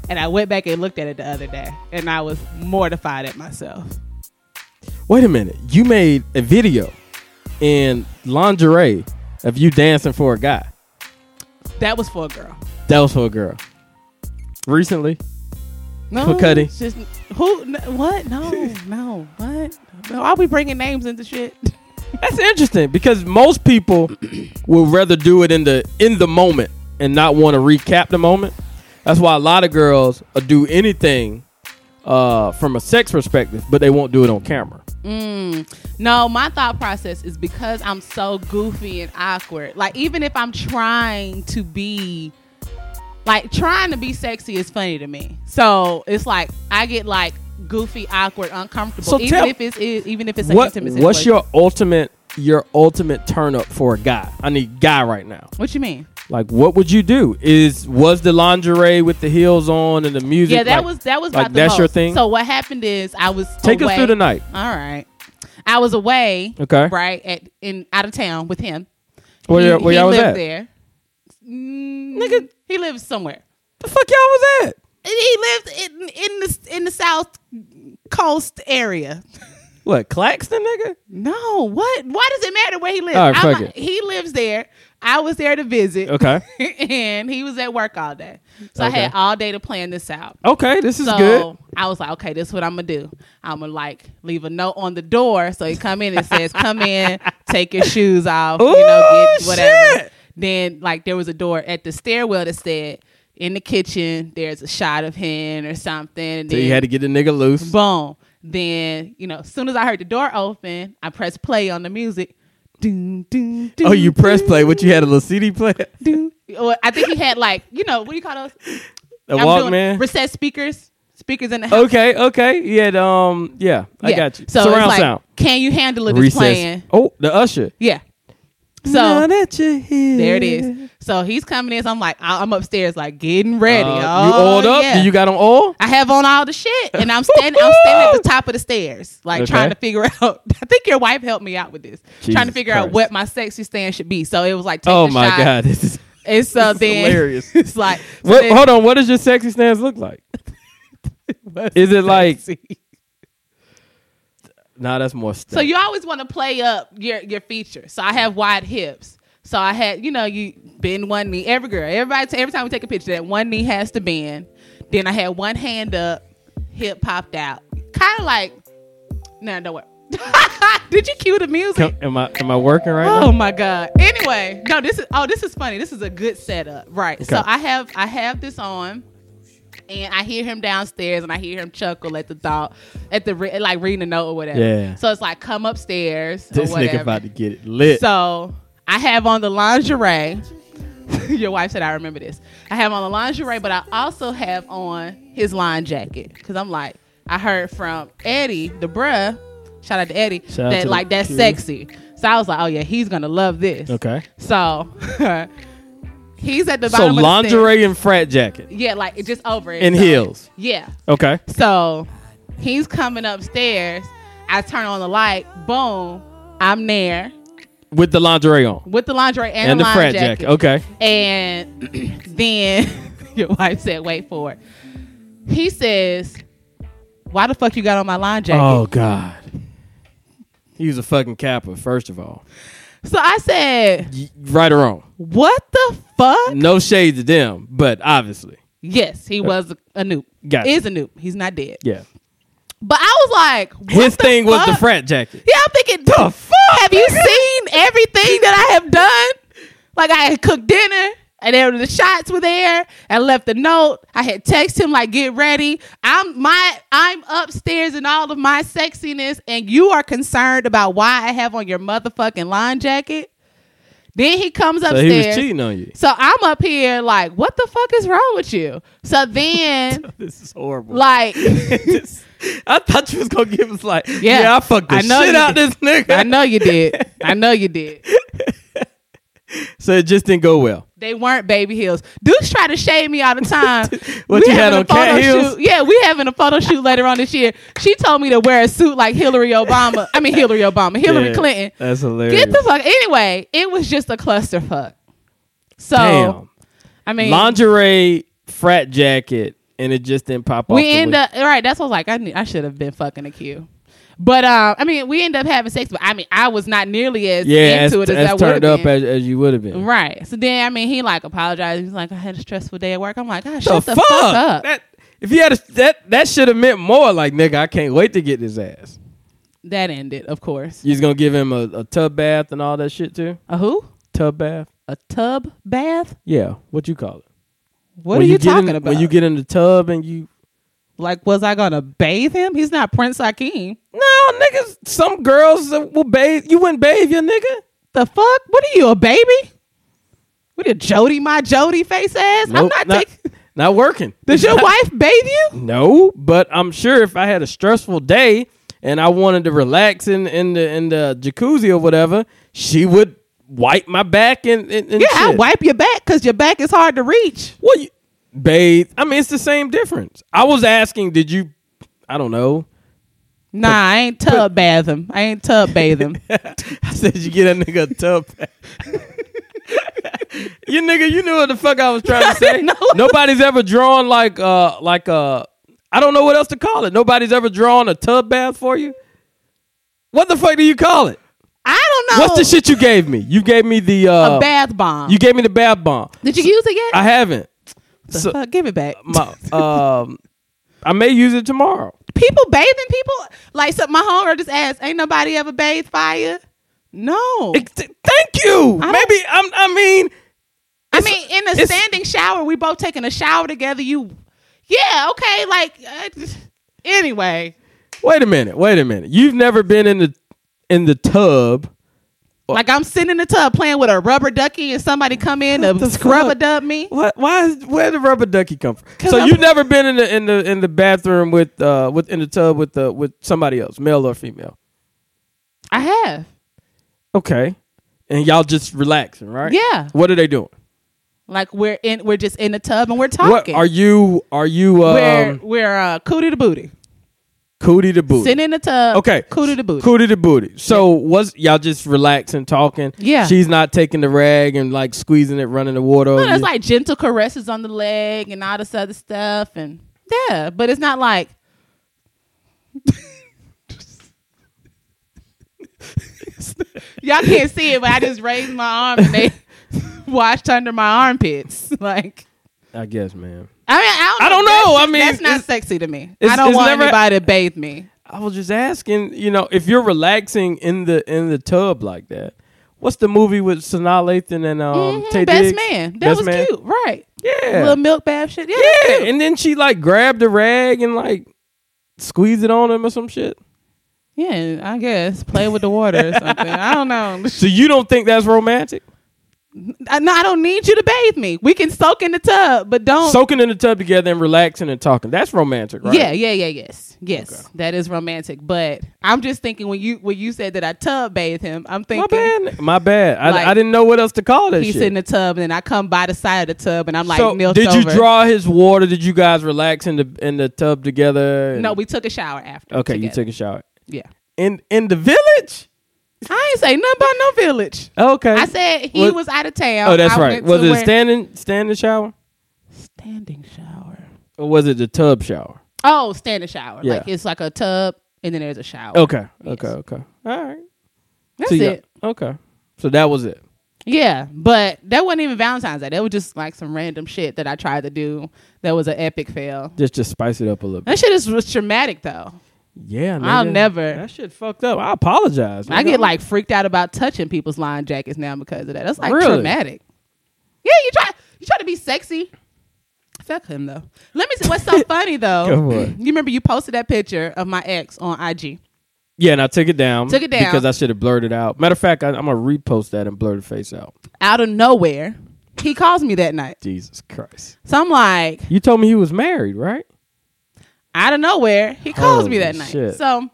and I went back and looked at it the other day, and I was mortified at myself. wait a minute. You made a video in lingerie of you dancing for a guy. That was for a girl. That was for a girl. Recently, No, For Cudi. it's Just who? n- What? *laughs* No, no. What? No, why we bringing names into shit? that's interesting because most *clears throat* people would rather do it in the in the moment and not want to recap the moment. That's why a lot of girls uh, do anything uh, from a sex perspective, but they won't do it on camera. Mm. No, my thought process is because I'm so goofy and awkward. Like even if I'm trying to be like trying to be sexy is funny to me. So it's like I get like goofy, awkward, uncomfortable. So even tell- if it's it, even if it's an What, intimate situation. what's your ultimate your ultimate turn up for a guy? I need guy right now. what you mean? Like, what would you do? Is was the lingerie with the heels on and the music? Yeah, that like- was that was like about the that's your most. thing. So what happened is I was Take us away- through the night. All right, I was away. Okay. right at in out of town with him. Where he, y'all- where he y'all was lived at? there. Mm, Nigga. he lives somewhere. The fuck y'all was at? And He lived in in the in the south coast area. What Claxton, nigga? No, what? Why does it matter where he lives? All right, I'm fuck not- it. He lives there. I was there to visit. Okay, *laughs* and he was at work all day, so I Okay. had all day to plan this out. okay, this is so good. I was like, okay, this is what I'm gonna do. I'm gonna like leave a note on the door so he come in and says, come in, take your shoes off, you know, Ooh, get whatever. shit. Then like there was a door at the stairwell that said in the kitchen there's a shot of him or something. And So then you had to get the nigga loose. boom. Then you know, as soon as I heard the door open, I pressed play on the music. Doom, doom, doom, Oh, you press doom, play? What you had a little CD player? *laughs* doom. Well, I think he had like you know what do you call those? A I'm doing Walkman. recessed speakers, speakers in the house. Okay, okay. You had um, yeah, I Yeah. got you. So Surround it's like, sound. Can you handle it? It's Recess. playing. Oh, the usher. Yeah. So Now that you're here. there it is. So he's coming in. So I'm like, I- I'm upstairs, like getting ready. Uh, oh, you oiled up? yeah. You got on oil? I have on all the shit, and I'm standing. *laughs* I'm standing at the top of the stairs, like Okay. trying to figure *laughs* out. I think your wife helped me out with this, trying to Jesus figure out Christ. what my sexy stand should be. So it was like, take Oh a my shot. god, this is. And so is then hilarious. *laughs* it's like, so What, then- hold on, what does your sexy stance *laughs* look like? Is it like? Nah, that's more. So Stuff. you always want to play up your your features. So I have wide hips. So I had, you know, you bend one knee. Every girl, everybody, every time we take a picture, that one knee has to bend. Then I had one hand up, hip popped out, kind of like, no, don't worry. *laughs* Did you cue the music? Come- am I am I working right Oh now? my god. Anyway, no, this is oh, this is funny. This is a good setup. Right. So Okay. I have I have this on and I hear him downstairs and I hear him chuckle at the thought at the re- like reading a note or whatever. Yeah. So it's like come upstairs This or nigga whatever. about to get it lit. so I have on the lingerie. *laughs* Your wife said I remember this. I have on the lingerie, but I also have on his line jacket because I'm like I heard from Eddie the bruh. Shout out to Eddie Shout out that to the like that's kid. sexy. So I was like, oh yeah, he's gonna love this. okay. So *laughs* he's at the So bottom. of the lingerie and frat jacket stairs. Yeah, like it just over it. and So, heels. Yeah. Okay. So he's coming upstairs. I turn on the light. Boom. I'm there With the lingerie on with the lingerie and, and the the line frat jacket. jacket. Okay. And *clears throat* then *laughs* your wife said, "Wait for it." He says, "Why the fuck you got on my line jacket?" Oh God. He was a fucking capper, first of all. So I said, Y- Right or wrong. "What the fuck?" No shade to them, but obviously. Yes, he was a, a noob. Uh, Gotcha. Is a noob. He's not dead. Yeah. But I was like, what His the thing was the fuck? frat jacket. Yeah, I'm thinking, the fuck? Have you seen everything that I have done? Like I had cooked dinner. And then the shots were there. I left a note. I had texted him like, "Get ready. I'm my I'm upstairs in all of my sexiness, and you are concerned about why I have on your motherfucking line jacket." Then he comes So he upstairs. was cheating on you. So I'm up here like, "What the fuck is wrong with you?" So *laughs* then, This is horrible. like, This- *laughs* I thought you was gonna give us like, yeah, Yeah. I fucked the I know shit you out did. this nigga. *laughs* I know you did. I know you did. So it just didn't go well. They weren't baby heels. Dudes try to shade me all the time. *laughs* What you had having a on photo cat heels? Shoot. Yeah, we having a photo shoot later on this year. She told me to wear a suit like Hillary Obama. I mean Hillary Obama, Hillary Yeah, Clinton. That's hilarious. Get the fuck. Anyway, it was just a clusterfuck. So Damn. I mean, lingerie frat jacket, and it just didn't pop off. we the end way- up right. That's what I was like. I knew, I should have been fucking a Q. But um, I mean, we end up having sex. But I mean, I was not nearly as yeah, as, into it Mm-hmm. as, as I would have turned been. up as, as you would have been. Right. So then, I mean, he like apologized. He's like, I had a stressful day at work. I'm like, God, The shut the fuck, up. That, if you had a, that, that should have meant more. Like nigga, I can't wait to get this ass. that ended, of course. You just gonna give him a, a tub bath and all that shit too. A who? Tub bath. A tub bath? Yeah, what you call it? What When are you, get in- talking about? When you get in the tub and you like, was I gonna bathe him? He's not Prince Akeem. no niggas, some girls uh, will bathe. You wouldn't bathe your nigga. The fuck? What are you, a baby? What a Jody, my Jody face ass? Nope, I'm not, not, taking. not working. Does *laughs* your wife bathe you? No, but I'm sure if I had a stressful day and I wanted to relax in, in the in the jacuzzi or whatever, she would wipe my back and, and, and Yeah, I shit. wipe your back because your back is hard to reach. Well, you, bathe. I mean, it's the same difference. I was asking, did you? I don't know. Nah, I ain't tub bath him. I ain't tub bathe *laughs* him. I said you get a nigga a tub. bath." *laughs* you nigga, you knew what the fuck I was trying *laughs* to say. No. Nobody's ever drawn like uh like uh I don't know what else to call it. Nobody's ever drawn a tub bath for you. What the fuck do you call it? I don't know. What's the shit you gave me? You gave me the uh A bath bomb. you gave me the bath bomb. Did you use it yet? I haven't. The so- fuck? Give it back. My um I may use it tomorrow. people bathing people like so my homegirl just asked, ain't nobody ever bathed fire? No. Ex- Thank you. I don't- Maybe I'm I mean I mean, in a it's- standing shower, we both taking a shower together. You, yeah, okay, like uh, anyway, wait a minute, wait a minute. You've never been in the in the tub like I'm sitting in the tub playing with a rubber ducky, and somebody come in to the scrub a fuck? dub me. What? Why? Is, where the rubber ducky come from? 'Cause So I'm- you've never been in the in the in the bathroom with uh with in the tub with the with somebody else, male or female? I have. Okay, and y'all just relaxing, right? Yeah. What are they doing? Like we're in, we're just in the tub and we're What talking. are you? Are you um we're we're uh, cootie to booty, cootie to booty? sitting in the tub. okay, cootie to booty. Cootie to booty. So was y'all just relaxing, talking? Yeah. She's not taking the rag and like squeezing it, running the water. No, over there's you? like gentle caresses on the leg and all this other stuff, and yeah, but it's not *laughs* like y'all can't see it, but I just raised my arm and they *laughs* washed under my armpits. Like I guess, man. I mean, I don't. I don't That's know. just- I mean, that's not it's- sexy to me. it's- I don't it's want never- anybody to bathe me. I was just asking, you know, if you're relaxing in the in the tub like that. What's the movie with Sanaa Lathan and um Mhm, Taye best Diggs? man. That Best was Man? cute, right? Yeah. Little milk bath shit. Yeah, that's yeah. cute. And then she like grabbed the rag and like squeezed it on him or some shit. yeah. I guess play with the water or something. I don't know. *laughs* So you don't think that's romantic? I, no, I don't need you to bathe me. We can soak in the tub, but don't. Soaking in the tub together and relaxing and talking. That's romantic, right? Yeah, yeah, yeah, yes, yes. That is romantic, but I'm just thinking when you when you said that I tub bathe him, I'm My thinking bad. My bad. I, Like, I didn't know what else to call that he's shit. in the tub, and then I come by the side of the tub, and I'm like, so knelt did you over. draw his water? Did you guys relax in the in the tub together? and- No, we took a shower after. Okay, you together. took a shower. Yeah, In in the village? I ain't say nothing about no village. Okay. I said he What- was out of town. Oh, that's I right. went Was to it a where- standing standing shower standing shower? or was it the tub shower? Oh, standing shower. Yeah. Like it's like a tub, and then there's a shower. Okay. Okay. Oh, Yes. Okay. All right. that's So it. yeah. Okay. So that was it. Yeah, but that wasn't even Valentine's Day. That was just like some random shit that I tried to do that was an epic fail. Just just spice it up a little bit. That shit is was traumatic though. Yeah. I'll nigga. never- That shit fucked up. I apologize. I nigga. get like freaked out about touching people's line jackets now because of that. That's like Really? traumatic. Yeah, you try you try to be sexy. Fuck him though. Let me see what's *laughs* so funny Go though. for You it. remember you posted that picture of my ex on IG. Yeah, and I took it down. Took it down. because I should have blurred it out. Matter of fact, I, I'm gonna repost that and blur the face out. Out of nowhere, he calls me that night. Jesus Christ! So I'm like, You told me he was married, right? out of nowhere, he calls Holy me that night. shit. So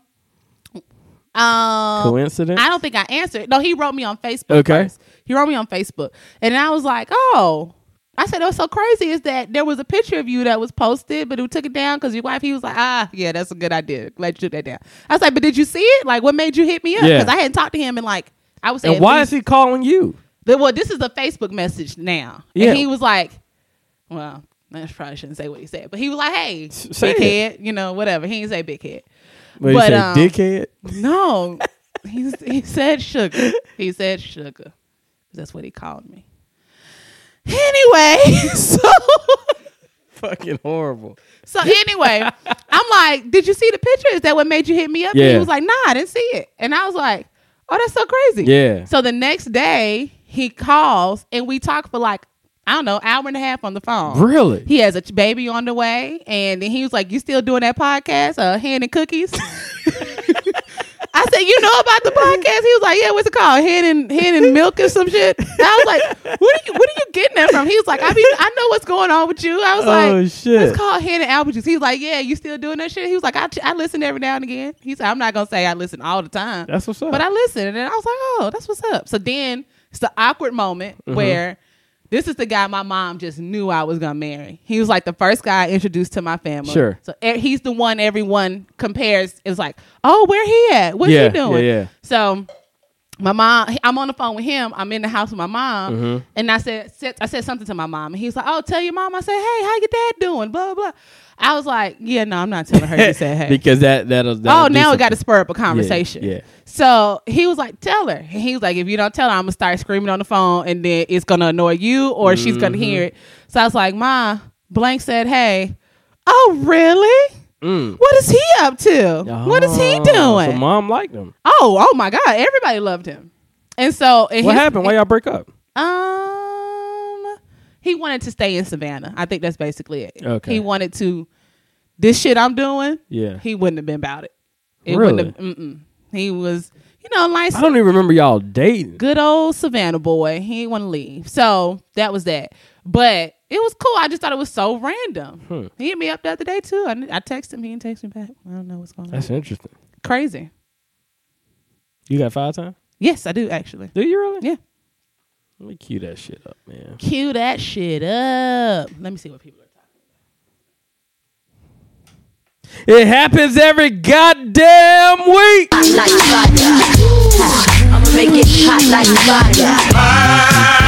um Coincidence? I don't think I answered. No, he wrote me on Facebook. Okay. first. He wrote me on Facebook, and I was like, oh. I said, what's so crazy is that there was a picture of you that was posted, but who took it down because your wife, he was like, ah, yeah, that's a good idea. Glad you took that down. I was like, but did you see it? Like, what made you hit me up? Yeah. Because I hadn't talked to him in like, I was And why is he calling you? the, well, this is a Facebook message now. Yeah. And he was like, well, I probably shouldn't say what he said, but he was like, hey, say big head, you know, whatever. He didn't say big head. Wait, But, um, dickhead. *laughs* No, he, he said sugar. He said sugar. That's what he called me. Anyway, *laughs* so. Fucking horrible. So *laughs* anyway, I'm like, did you see the picture? Is that what made you hit me up? And Yeah. he was like, nah, I didn't see it. And I was like, oh, that's so crazy. Yeah. So the next day, he calls and we talk for like, I don't know, hour and a half on the phone. Really? He has a ch- baby on the way. And then he was like, you still doing that podcast, uh, Hand and Cookies? *laughs* I said, you know about the podcast? He was like, yeah, what's it called? Head and head and milk or some shit. And I was like, what are you what are you getting that from? He was like, I mean, I know what's going on with you. I was like, oh shit. it's called Hannah Apple Juice. He was like, Yeah, you still doing that shit? He was like, I, I listen every now and again. He said, I'm not going to say I listen all the time, That's what's up. but I listen. And then I was like, Oh, that's what's up. So then it's the awkward moment Mm-hmm. where this is the guy my mom just knew I was going to marry. He was like the first guy I introduced to my family. Sure. So e- he's the one everyone compares. It's like, Oh, where he at? What's Yeah, he doing? yeah, yeah. So my mom i'm on the phone with him i'm in the house with my mom Mm-hmm. and i said, said i said something to my mom and he's like oh tell your mom i said hey how your dad doing blah blah i was like yeah no i'm not telling her *laughs* you said hey because that that'll. that'll oh do now it something. got to spur up a conversation yeah. so he was like tell her and he was like if you don't tell her i'm gonna start screaming on the phone and then it's gonna annoy you or she's gonna Mm-hmm. hear it so i was like ma blank said hey oh really Mm. what is he up to what is he Oh, doing So mom liked him. Oh, oh my God! Everybody loved him, and so and What his- happened? Why y'all break up? Um, he wanted to stay in Savannah. I think that's basically it. Okay. He wanted to. This shit I'm doing. Yeah. He wouldn't have been about it. It Really? wouldn't have. Mm-mm. He was, you know, nice, I don't even remember y'all dating. good old Savannah boy. He didn't want to leave. So that was that. But it was cool. I just thought it was so random. He hit me up the other day too. I, I texted him. He didn't text me back. I don't know what's going on. That's interesting. Crazy. You got five time? Yes, I do actually. Do you really? Yeah. Let me cue that shit up, man. Cue that shit up. Let me see what people are talking. It happens every goddamn week. like fire. I'ma make it hot like fire.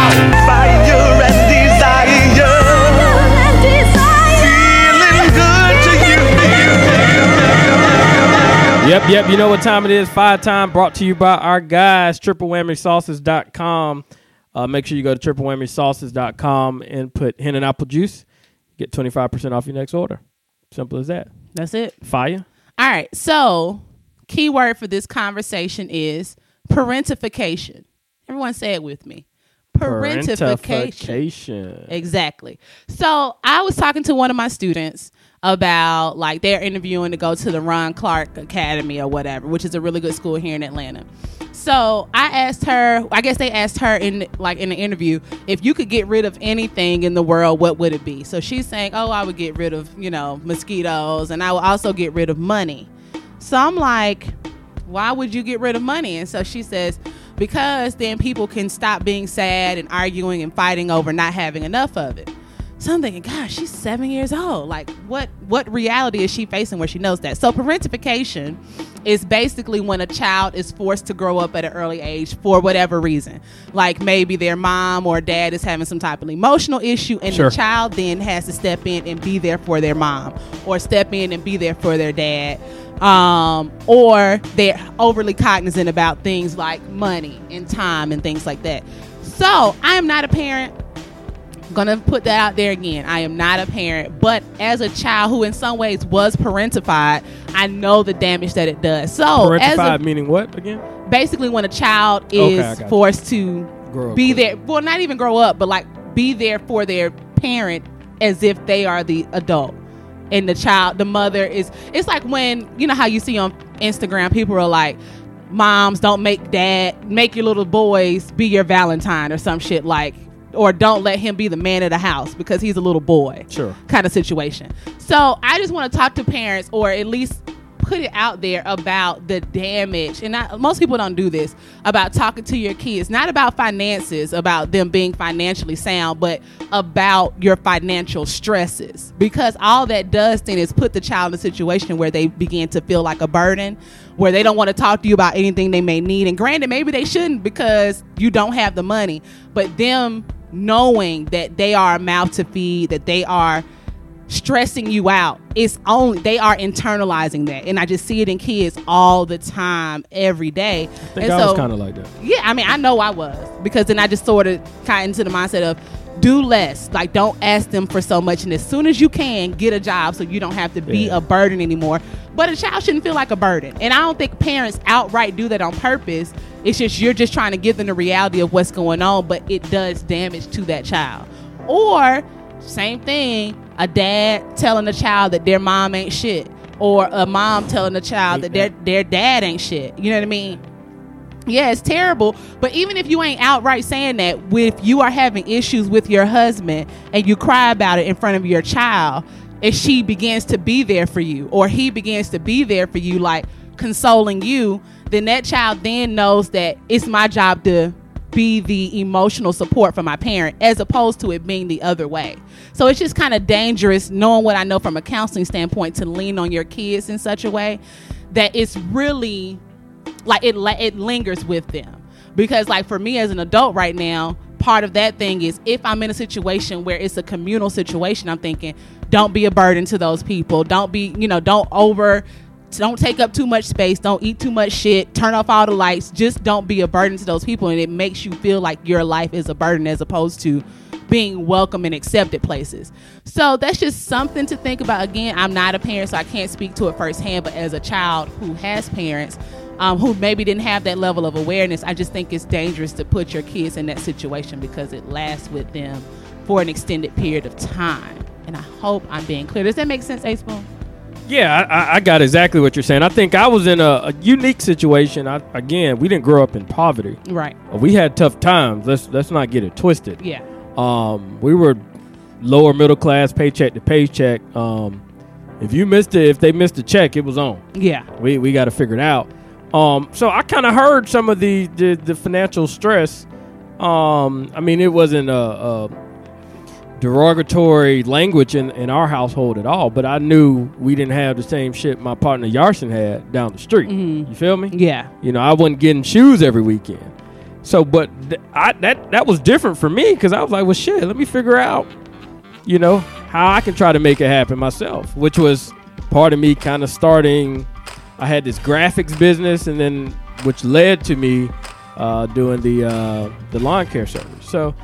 Fire and desire, feeling good to Yep, yep. You know what time it is. Five time brought to you by our guys, triplewhammysauces.com. Uh, make sure you go to triplewhammysauces.com and put hen and apple juice. Get 25% off your next order. Simple as that. That's it. Fire. All right. So, key word for this conversation is parentification. Everyone say it with me. Parentification. Parentification. Exactly. So I was talking to one of my students about like they're interviewing to go to the Ron Clark Academy or whatever, which is a really good school here in Atlanta. So I asked her, I guess they asked her in like in the interview, if you could get rid of anything in the world, what would it be? So she's saying, "Oh, I would get rid of, you know, mosquitoes and I would also get rid of money." So I'm like, why would you get rid of money? And so she says, because then people can stop being sad and arguing and fighting over not having enough of it. So I'm thinking, gosh, she's seven years old. Like, what what reality is she facing where she knows that? So parentification is basically when a child is forced to grow up at an early age for whatever reason. Like maybe their mom or dad is having some type of emotional issue, and Sure. the child then has to step in and be there for their mom, or step in and be there for their dad um, or they're overly cognizant about things like money and time and things like that. So I am not a parent. Gonna put that out there again. I am not a parent, but as a child who, in some ways, was parentified, I know the damage that it does. So, as a, Parentified meaning what again? basically when a child Okay, is I got you. forced to Grow up be quick. there well not even grow up but like be there for their parent as if they are the adult and the child the mother is it's like when you know how you see on instagram people are like moms don't make dad make your little boys be your valentine or some shit like or don't let him be the man of the house because he's a little boy. Sure. Kind of situation. So I just want to talk to parents or at least put it out there about the damage and I, most people don't do this about talking to your kids not about finances about them being financially sound but about your financial stresses because all that does then is put the child in a situation where they begin to feel like a burden where they don't want to talk to you about anything they may need and granted maybe they shouldn't because you don't have the money but them knowing that they are a mouth to feed that they are stressing you out it's only they are internalizing that and i just see it in kids all the time every day I think and I so was kind of like that. yeah i mean i know i was because then i just sort of got into the mindset of do less like don't ask them for so much and as soon as you can get a job so you don't have to be Yeah. a burden anymore but a child shouldn't feel like a burden and i don't think parents outright do that on purpose it's just you're just trying to give them the reality of what's going on but it does damage to that child or same thing, a dad telling a child that their mom ain't shit, or a mom telling a child that their their dad ain't shit. You know what I mean? Yeah, it's terrible. But even if you ain't outright saying that, if you are having issues with your husband and you cry about it in front of your child, and she begins to be there for you, or he begins to be there for you, like consoling you, then that child then knows that it's my job to be the emotional support for my parent as opposed to it being the other way. So it's just kind of dangerous knowing what I know from a counseling standpoint to lean on your kids in such a way that it's really like it la- it lingers with them because like for me as an adult right now part of that thing is if i'm in a situation where it's a communal situation i'm thinking don't be a burden to those people don't be you know don't over don't take up too much space don't eat too much shit turn off all the lights just don't be a burden to those people and it makes you feel like your life is a burden as opposed to being welcome and accepted places. So that's just something to think about. Again, I'm not a parent, so I can't speak to it firsthand, but as a child who has parents um, who maybe didn't have that level of awareness, I just think it's dangerous to put your kids in that situation because it lasts with them for an extended period of time. And I hope I'm being clear. Does that make sense, Ace Boom? Yeah, I- I, I got exactly what you're saying. I think I was in a, a unique situation. I, again, we didn't grow up in poverty. Right. We had tough times. Let's let's not get it twisted. Yeah. Um, we were lower middle class, paycheck to paycheck. Um, if you missed it, if they missed a check, it was on. Yeah. We we got to figure it out. Um, so I kind of heard some of the, the the financial stress. Um, I mean, it wasn't a, a derogatory language in, in our household at all, but I knew we didn't have the same shit my partner Yarson had down the street. You feel me? Mm-hmm. Yeah. You know, I wasn't getting shoes every weekend. So, but th- I, that that was different for me because I was like, well, shit, let me figure out, you know, how I can try to make it happen myself, which was part of me kind of starting. I had this graphics business, and then which led to me uh, doing the uh, the lawn care service. So.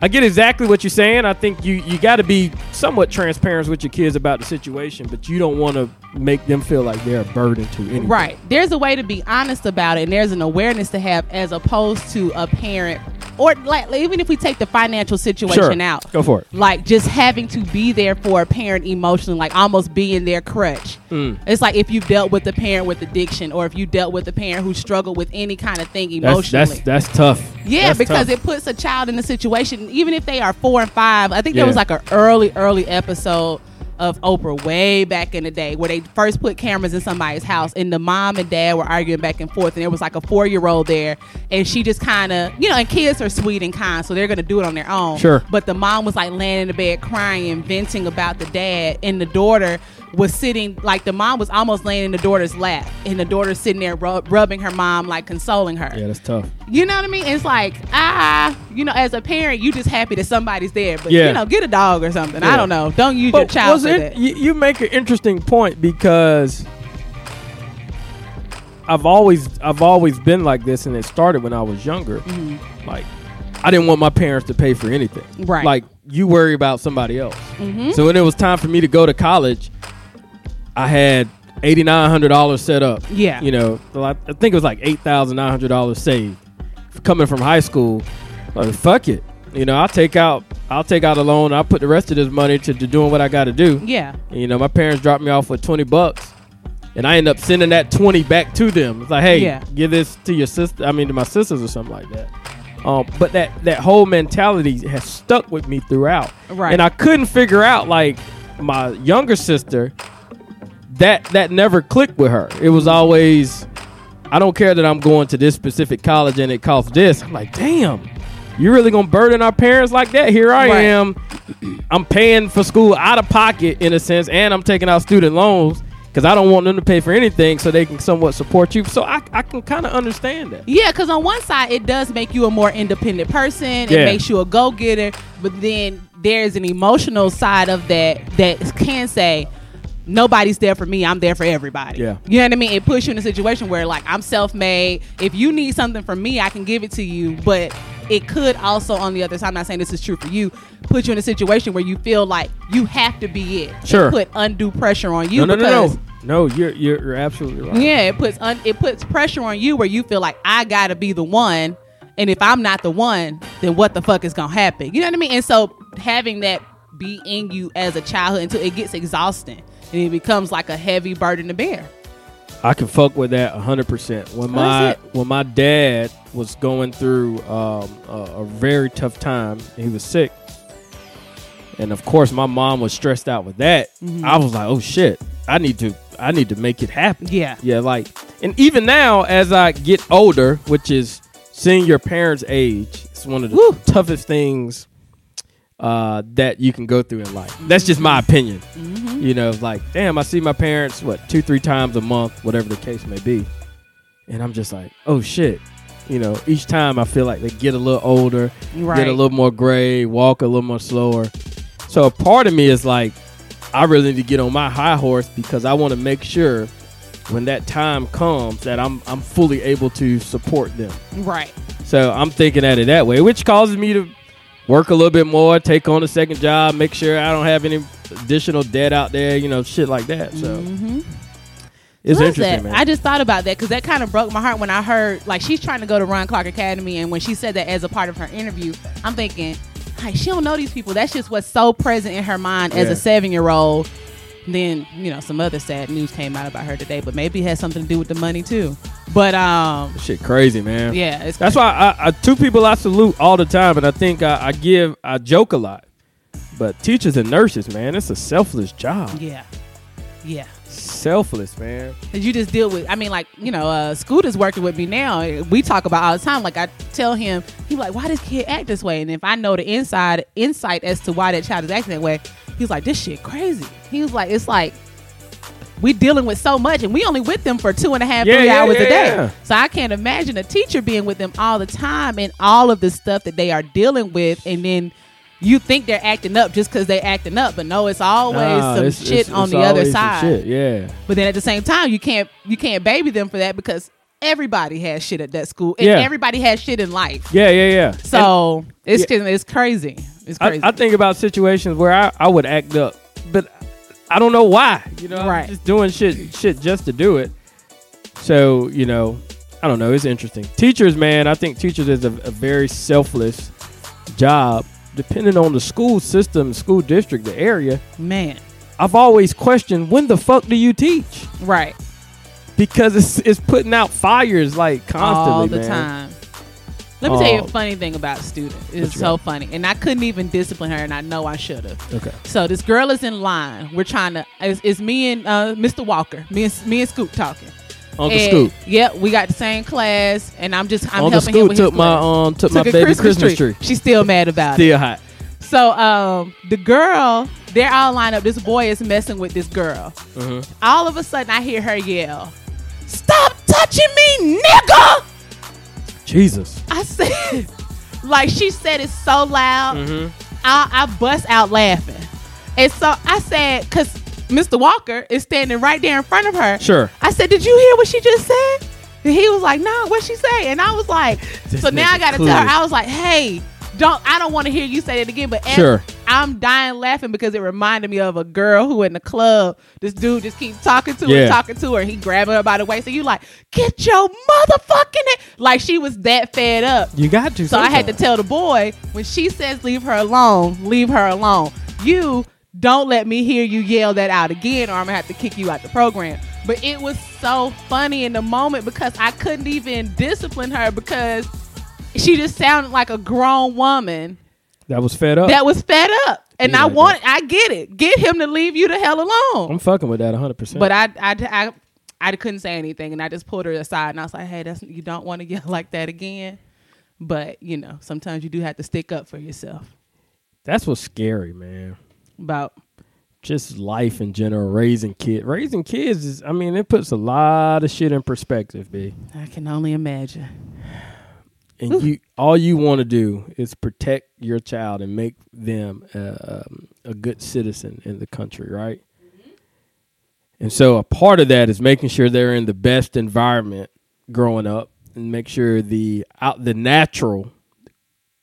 I get exactly what you're saying. I think you, you got to be somewhat transparent with your kids about the situation, but you don't want to make them feel like they're a burden to anyone. Right. There's a way to be honest about it, and there's an awareness to have as opposed to a parent, or like even if we take the financial situation Sure. out, Go for it. Like just having to be there for a parent emotionally, like almost being their crutch. Mm. It's like if you've dealt with a parent with addiction, or if you dealt with a parent who struggled with any kind of thing That's, emotionally. that's that's tough. Yeah, That's because tough. it puts a child in a situation, even if they are four and five. I think there Yeah. was like an early, early episode of Oprah way back in the day where they first put cameras in somebody's house and the mom and dad were arguing back and forth and there was like a four year old there and she just kind of you know and kids are sweet and kind so they're gonna do it on their own Sure. but the mom was like laying in the bed crying venting about the dad and the daughter was sitting like the mom was almost laying in the daughter's lap and the daughter sitting there rub- rubbing her mom like consoling her yeah, that's tough. you know what I mean? It's like ah, you know, as a parent, you just happy that somebody's there. But Yeah. you know, get a dog or something. Yeah. I don't know. Don't use your child was for it, that. you, you make an interesting point because I've always I've always been like this, and it started when I was younger. Like I didn't want my parents to pay for anything. Mm-hmm. Right. Mm-hmm. Like you worry about somebody else. So when it was time for me to go to college, I had eighty nine hundred dollars set up. Yeah. You know, so I, I think it was like eight thousand nine hundred dollars saved coming from high school. Like fuck it. You know, I'll take out I'll take out a loan. I'll put the rest of this money to, to doing what I got to do. Yeah, You know, my parents dropped me off with 20 bucks. And I end up sending that 20 back to them. It's like, hey, Yeah. give this to your sister. I mean, to my sisters or something like that. Um, but that that whole mentality has stuck with me throughout. Right. And I couldn't figure out like my younger sister that that never clicked with her. It was always I don't care that I'm going to this specific college and it costs this. I'm like, damn, you really gonna burden our parents like that? Here I Right. am. I'm paying for school out of pocket in a sense, and I'm taking out student loans because I don't want them to pay for anything so they can somewhat support you. So I, I can kind of understand that. Yeah, because on one side it does make you a more independent person. It Yeah. makes you a go getter, but then there's an emotional side of that that can say, "Nobody's there for me. I'm there for everybody." Yeah. you know what I mean. It puts you in a situation where like I'm self made. If you need something from me, I can give it to you, but. It could also, on the other side, I'm not saying this is true for you, put you in a situation where you feel like you have to be it. Sure. It put undue pressure on you No, no, no, because no, no. You're you're, you're absolutely right. yeah, it puts un- it puts pressure on you where you feel like I gotta be the one, and if I'm not the one, then what the fuck is gonna happen? You know what I mean? And so having that be in you as a childhood until it gets exhausting and it becomes like a heavy burden to bear. I can fuck with that 100%. When my that's when my dad was going through um, a, a very tough time, he was sick. And of course, my mom was stressed out with that. Mm-hmm. I was like, "Oh shit, I need to I need to make it happen." Yeah. Yeah, like and even now as I get older, which is seeing your parents age, it's one of the Woo. toughest things uh, that you can go through in life. That's just my opinion. Mm-hmm. You know, it's like, damn, I see my parents, what, two, three times a month, whatever the case may be. And I'm just like, oh shit. You know, each time I feel like they get a little older, Right. get a little more gray, walk a little more slower. So a part of me is like, I really need to get on my high horse because I want to make sure when that time comes that I'm I'm fully able to support them. Right. So I'm thinking at it that way, which causes me to work a little bit more, take on a second job, make sure I don't have any additional debt out there, you know, shit like that. So Mm-hmm. it's What is interesting, that? man. I just thought about that because that kind of broke my heart when I heard like she's trying to go to Ron Clark Academy, and when she said that as a part of her interview, I'm thinking like she don't know these people. That's just what's so present in her mind as Yeah. a seven year old. Then you know some other sad news came out about her today, but maybe it has something to do with the money too. But um, shit crazy, man. yeah, it's That's why I, I two people I salute all the time, and I think I, I give I joke a lot. But teachers and nurses, man, it's a selfless job. yeah, yeah. Selfless, man. that you just deal with. I mean, like you know, uh, Scooter's working with me now. We talk about all the time. Like I tell him, he like, why does kid act this way? And if I know the inside insight as to why that child is acting that way, he's like, this shit crazy. He was like, it's like we dealing with so much, and we only with them for two and a half, Yeah, three yeah, hours yeah, a day. yeah. So I can't imagine a teacher being with them all the time and all of the stuff that they are dealing with, and then. You think they're acting up just because they acting up, but no, it's always Nah, some it's- shit it's- on it's the other always some side. shit, Yeah. But then at the same time, you can't you can't baby them for that because everybody has shit at that school and Yeah. everybody has shit in life. Yeah, yeah, yeah. So it's just- it's crazy. It's I, crazy. I think about situations where I, I would act up, but I don't know why. You know, I'm Right. just doing shit shit just to do it. So you know, I don't know. It's interesting. Teachers, man, I think teachers is a, a very selfless job. Depending on the school system, school district, the area, Man, I've always questioned when the fuck do you teach? right? Because it's it's putting out fires like constantly, All the man. time. Let me tell you Oh. a funny thing about student. It's you so funny, and I couldn't even discipline her, and I know I should have. Okay. So this girl is in line. We're trying to. It's, it's me and uh, Mr. Walker. Me and me and Scoop talking. Uncle And- Scoop. Yep, we got the same class, and I'm just I'm Uncle helping him Scoop with took his my class. um took, my Took a baby Christmas, tree. She's still mad about it. Still hot. So um, the girl, they're all lined up. This boy is messing with this girl. Mm-hmm. All of a sudden, I hear her yell, "Stop touching me, nigga!" Jesus. I said, *laughs* like she said it so loud, Mm-hmm. I, I bust out laughing. And so I said, because Mr. Walker is standing right there in front of her. Sure. I said, did you hear what she just said? And he was like, no, what she say? And I was like, This so now I nigga got to tell clueless. her. I was like, hey, don't I don't want to hear you say that again. But as Sure. I'm dying laughing because it reminded me of a girl who in the club, this dude just keeps talking to Yeah. her, talking to her, and he grabbing her by the waist. And you like, get your motherfucking it. Like she was that fed up. You got to. So I had to tell the boy when she says leave her alone, leave her alone. You don't let me hear you yell that out again, or I'm gonna have to kick you out the program. But it was so funny in the moment because I couldn't even discipline her because she just sounded like a grown woman That was fed up. that was fed up. And Yeah, I I want, I get it. Get him to leave you the hell alone. I'm fucking with that 100%. But I, I, I, I couldn't say anything, and I just pulled her aside, and I was like, "Hey, that's you don't want to yell *laughs* like that again." But you know, sometimes you do have to stick up for yourself. That's what's scary, man. About Just life in general, raising kids. Raising kids is, I mean, it puts a lot of shit in perspective, B. I can only imagine. and you all you want to do is protect your child and make them uh, um, a good citizen in the country, right? And so a part of that is making sure they're in the best environment growing up and make sure the out the natural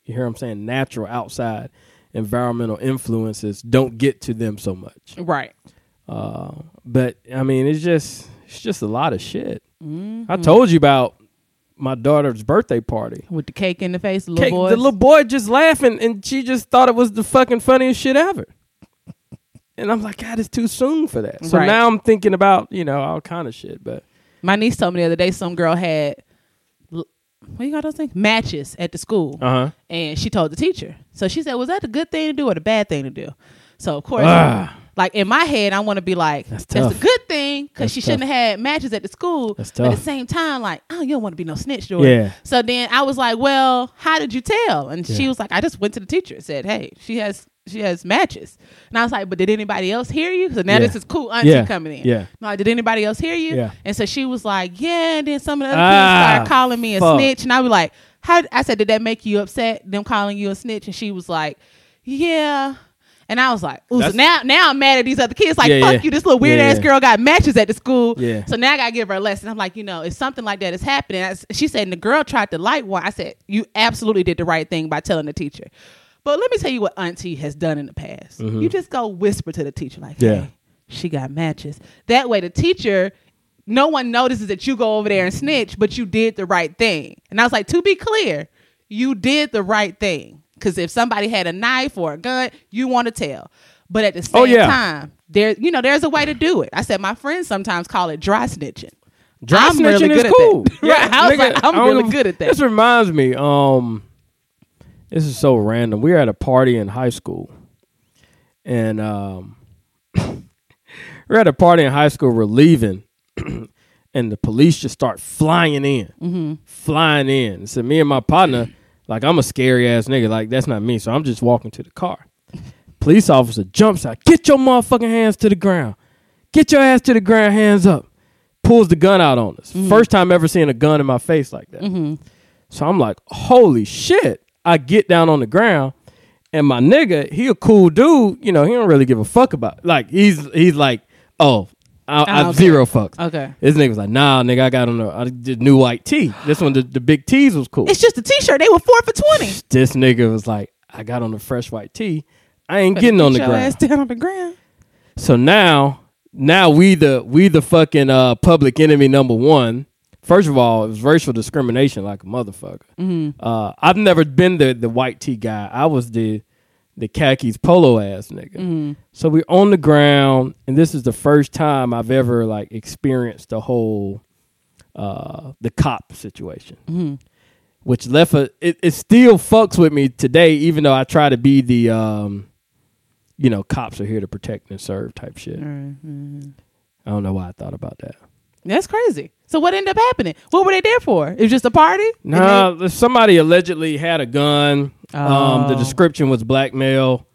you hear what I'm saying natural outside environmental influences don't get to them so much. Right. Uh, but I mean, it's just it's just a lot of shit. I told you about my daughter's birthday party. With the cake in the face, the little Cake- boy. the little boy just laughing, and she just thought it was the fucking funniest shit ever. And I'm like, God, it's too soon for that. So Right. now I'm thinking about you know all kind of shit, but My niece told me the other day some girl had l- what you got those things matches at the school, uh huh. and she told the teacher. So she said, "Was that a good thing to do or the bad thing to do?" So of course, Ah. like in my head, I want to be like, "That's, a tough. good thing," because That's she tough. shouldn't have had matches at the school. That's But at the tough. same time, like, oh, you don't want to be no snitch, Jordan. Yeah. So then I was like, "Well, how did you tell?" And she Yeah. was like, "I just went to the teacher and said, hey, she has." She has matches, and I was like, "But did anybody else hear you?" So now Yeah. this is cool auntie Yeah. coming in. Yeah. I'm like, did anybody else hear you? Yeah. And so she was like, yeah. And then some of the other Ah, people started calling me a fuck. snitch. And I was like, how? I said, did that make you upset, them calling you a snitch? And she was like, yeah. And I was like, ooh, so That's- now, now I'm mad at these other kids. Like, Yeah, fuck yeah. you. This little Yeah, weird ass yeah. girl got matches at the school. Yeah. So now I got to give her a lesson. I'm like, you know, if something like that is happening, I s she said, and the girl tried to light one. I said, you absolutely did the right thing by telling the teacher. But let me tell you what Auntie has done in the past. Mm-hmm. You just go whisper to the teacher, like, Yeah. hey, she got matches. That way, the teacher, no one notices that you go over there and snitch, but you did the right thing. And I was like, to be clear, you did the right thing. Because if somebody had a knife or a gun, you want to tell. But at the same Oh, yeah. time, there, you know, there's a way to do it. I said my friends sometimes call it dry snitching. Dry I'm really snitching good is at *laughs* cool. that. Right. I was like, I'm I don't really know- good at that. This reminds me. Um, this is so random. We were at a party in high school, and um, *laughs* we're at a party in high school. We're leaving, *clears throat* and the police just start flying in, Mm-hmm. flying in. So me and my partner, like I'm a scary ass nigga. Like that's not me. So I'm just walking to the car. Police officer jumps out. Get your motherfucking hands to the ground. Get your ass to the ground. Hands up. Pulls the gun out on us. Mm-hmm. First time ever seeing a gun in my face like that. So I'm like, holy shit. I get down on the ground and my nigga, he a cool dude. You know, he don't really give a fuck about like he's he's like, oh, I, I Oh, okay. zero fucks. Okay. This nigga was like, nah, nigga, I got on the, I did new white tee. This one, the, the big tees was cool. It's just a T-shirt. They were four for twenty. This nigga was like, I got on the fresh white tee. I ain't getting on the Get your ass ground. down on the ground. So now, now we the we the fucking uh, public enemy number one. First of all, it was racial discrimination, like a motherfucker. Uh, I've never been the the white tee guy. I was the the khakis polo ass nigga. So we're on the ground, and this is the first time I've ever like experienced the whole uh, the cop situation, which left a it, it still fucks with me today, even though I try to be the um, you know cops are here to protect and serve type shit. I don't know why I thought about that. That's crazy. So what ended up happening? What were they there for? It was just a party. And No, they- somebody allegedly had a gun. Um, the Oh. description was blackmail,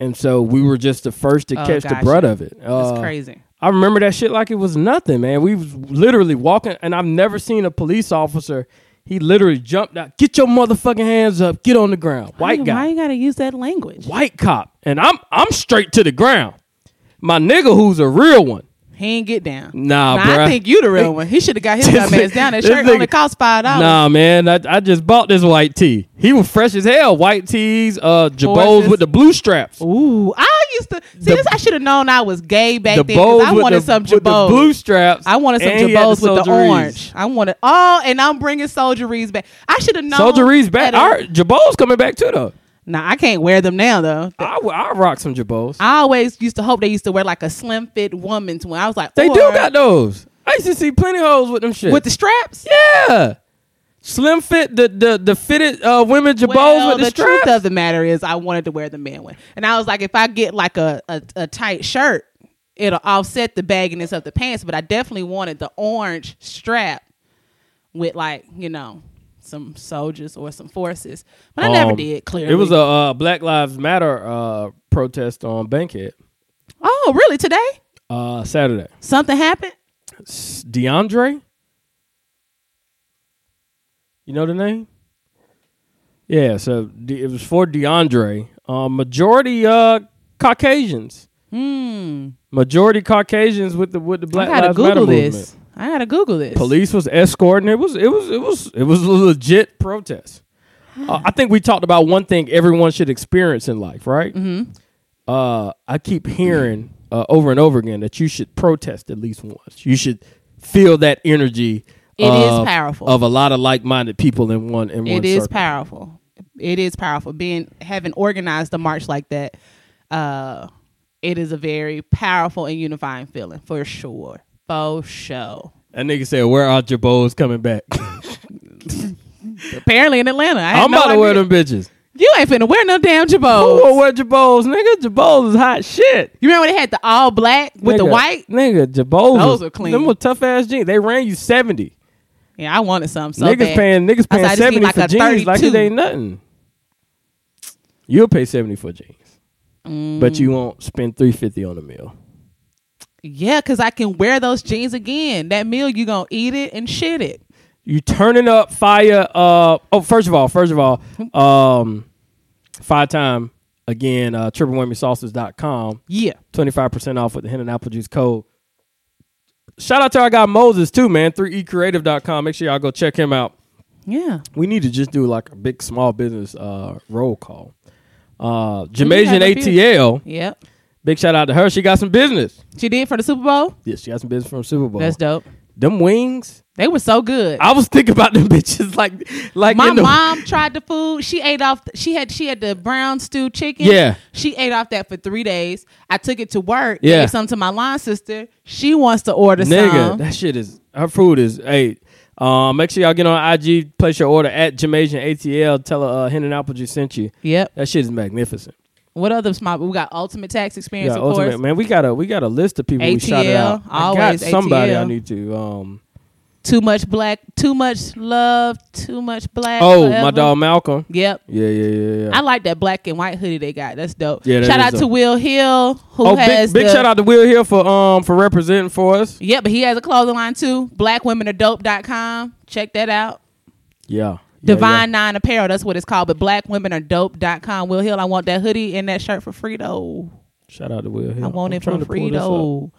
and so we were just the first to Oh, catch gotcha. the brunt of it. That's Uh, crazy. I remember that shit like it was nothing, man. We was literally walking, and I've never seen a police officer. He literally jumped out. Get your motherfucking hands up. Get on the ground. White Why- guy. Why you gotta use that language? White cop. And I'm I'm straight to the ground. My nigga, who's a real one. He ain't get down. Nah, Nah, I bruh. think you the real one. He should have got his dumb ass down. That This shirt only nigga- cost five dollars. Nah, man. I, I just bought this white tee. He was fresh as hell. White tees, uh, jabos Forces. with the blue straps. Ooh, I used to see The- this. I should have known I was gay back The then because I bows with wanted the, some with the jabos. blue straps. I wanted some and he had jabos with the Soulja Rees. orange. I wanted oh, and I'm bringing Soldier Rees back. I should have known Soldier Reed's back. that it- Our jabos coming back too though. Nah, I can't wear them now though. I w- I rock some jabos. I always used to hope they used to wear like a slim fit woman's one. I was like, They or- do got those. I used to see plenty of hoes with them shit. with the straps. yeah. Slim fit the the the fitted uh, women jabos Well, with the, the straps. truth of the matter is, I wanted to wear the man one, and I was like, if I get like a a, a tight shirt, it'll offset the bagginess of the pants. But I definitely wanted the orange strap with like you know some soldiers or some forces, but I never Um, did. Clearly, It was a uh, Black Lives Matter uh, protest on Bankhead oh really today uh, Saturday. something happened. S- DeAndre, you know the name? Yeah, so D- it was for DeAndre. Uh, majority uh, Caucasians. Majority Caucasians with the with the Black Hmm. I gotta Lives Google Matter this. movement. I gotta Google this. Police was escorting. It was it was it was it was a legit protest. Oh, Uh, I think we talked about one thing everyone should experience in life, right? Mm-hmm. Uh, I keep hearing uh, over and over again that you should protest at least once. You should feel that energy. It is of- powerful. of a lot of like-minded people in one in one. It is circle. powerful. It is powerful. Being having organized a march like that, uh, it is a very powerful and unifying feeling for sure. For sure. That nigga said, "Where are Jabos coming back?" *laughs* Apparently in Atlanta, I I'm about to wear them. them bitches. You ain't finna wear no damn jabos. Oh, wear Jabos, nigga. Jabos is hot shit. You remember when they had the all black with the Nigga, white? Nigga, Jabos. Those was- are clean. Them were tough ass jeans. They ran you 70. Yeah, I wanted some. So niggas bad. paying niggas I said, I paying just need 70 like for a jeans like 32. it ain't nothing. You'll pay 70 for jeans. Mm, But you won't spend 350 on a meal. Yeah, cause I can wear those jeans again. That meal, you gonna eat it and shit it. You turning up fire uh oh first of all, first of all, um five time again uh triplewhammysauces.com. Yeah. 25% off with the hen and apple juice code. Shout out to our guy Moses too, man. e 3ecreative.com. Make sure y'all go check him out. Yeah. we need to just do like a big small business uh roll call. Uh have Jamaican a few. ATL. Yep. Big shout out to her. She got some business. She did for the Super Bowl. Yes, she got some business from Super Bowl. That's dope. Them wings. They were so good. I was thinking about them *laughs* bitches like like My in the- mom tried the food. She ate off. She had she had the brown stew chicken. Yeah. she ate off that for three days. I took it to work. Yeah. gave some to my line sister. She wants to order Nigga, some. that shit is her food is hey. Um, make sure y'all get on IG, place your order at Jamaican ATL. Tell her uh, Hen and Apple just sent you. Yep. That shit is magnificent. What other small? We got ultimate tax experience. Yeah, of ultimate course. man, we got a we got a list of people we shouted ATL, out. I got always somebody I ATL. need to. Um, Too much black. Too much love. Too much black. oh, my forever. dog Malcolm. Yep. Yeah, yeah, yeah, yeah. I like that black and white hoodie they got. That's dope. Yeah, that shout is out to dope. Will Hill who oh, has big, big the- shout out to Will Hill for um for representing for us. Yeah, but he has a clothing line too. Blackwomenaredope.com. Check that out. Yeah. Divine Nine Apparel, that's what it's called. But blackwomenaredope.com. Will Hill, I want that hoodie and that shirt for free though. Shout out to Will Hill. I want I'm it for trying to free pull this up. though.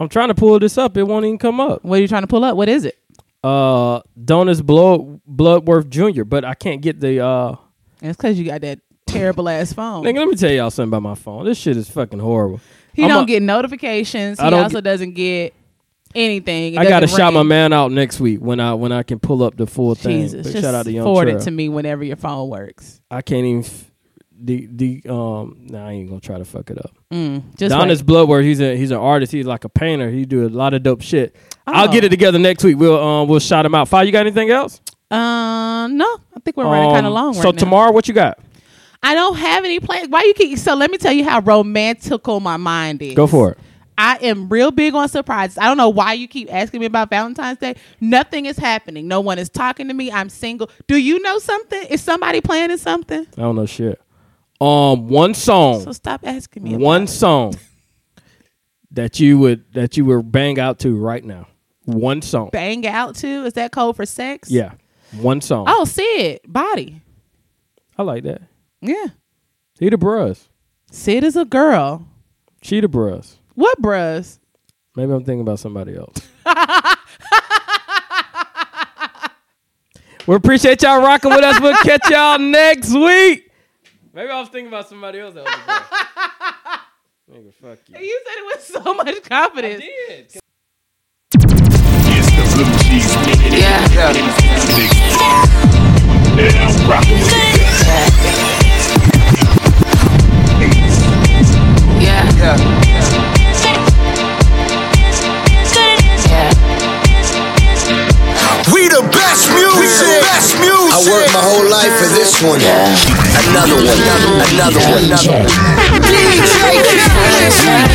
I'm trying to pull this up. It won't even come up. What are you trying to pull up? What is it? Uh Donis Blood Bloodworth Jr., but I can't get the uh It's because you got that terrible ass phone. Nigga, let me tell y'all something about my phone. This shit is fucking horrible. he I'm don't a- get notifications. I He don't also get- doesn't get anything. It I gotta doesn't shout my ring. man out next week when I when I can pull up the full thing. Jesus, Big just shout out to Young forward Trail. it to me whenever your phone works. I can't even f- the the um nah, I ain't gonna try to fuck it up. Mm, Just Donis wait. Bloodworth, he's a he's an artist. He's like a painter. He do a lot of dope shit. I'll Oh. get it together next week. We'll um we'll shout him out. Fi, you got anything else? Uh, no, I think we're running kind of Um, long. So right now. tomorrow, what you got? I don't have any plans. Why you keep? So let me tell you how romantical my mind is. Go for it. I am real big on surprises. I don't know why you keep asking me about Valentine's Day. Nothing is happening. No one is talking to me. I'm single. Do you know something? Is somebody planning something? I don't know shit. Um, one song, So stop asking me. about one it. song that you would that you would bang out to right now. One song. bang out too. Is that code for sex? Yeah, one song. Oh, Sid body. *laughs* I like that. Yeah. He the bros. Sid is a girl. She the bros. What bros? Maybe I'm thinking about *laughs* somebody else. we appreciate y'all rocking with us. We'll catch y'all next week. Maybe I was thinking about somebody else. That was a girl. Nigga, *laughs* fuck you. You said it with so much confidence. It's the blue cheese. Yeah. And I'm rocking with it. We the best music. Wait for this one. Another one. Another one. Another one. shining,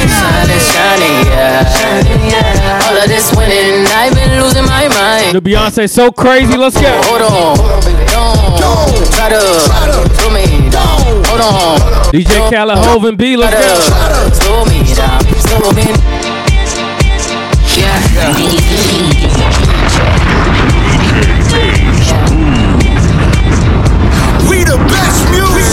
shining, shining, yeah. All of this winning, I've been losing my mind. The Beyonce so crazy. Let's go. Hold on, don't try to do me down. Hold on, DJ Khaled, Hov, and B. try Let's to go. slow me down, slow me. Yeah, We the best music.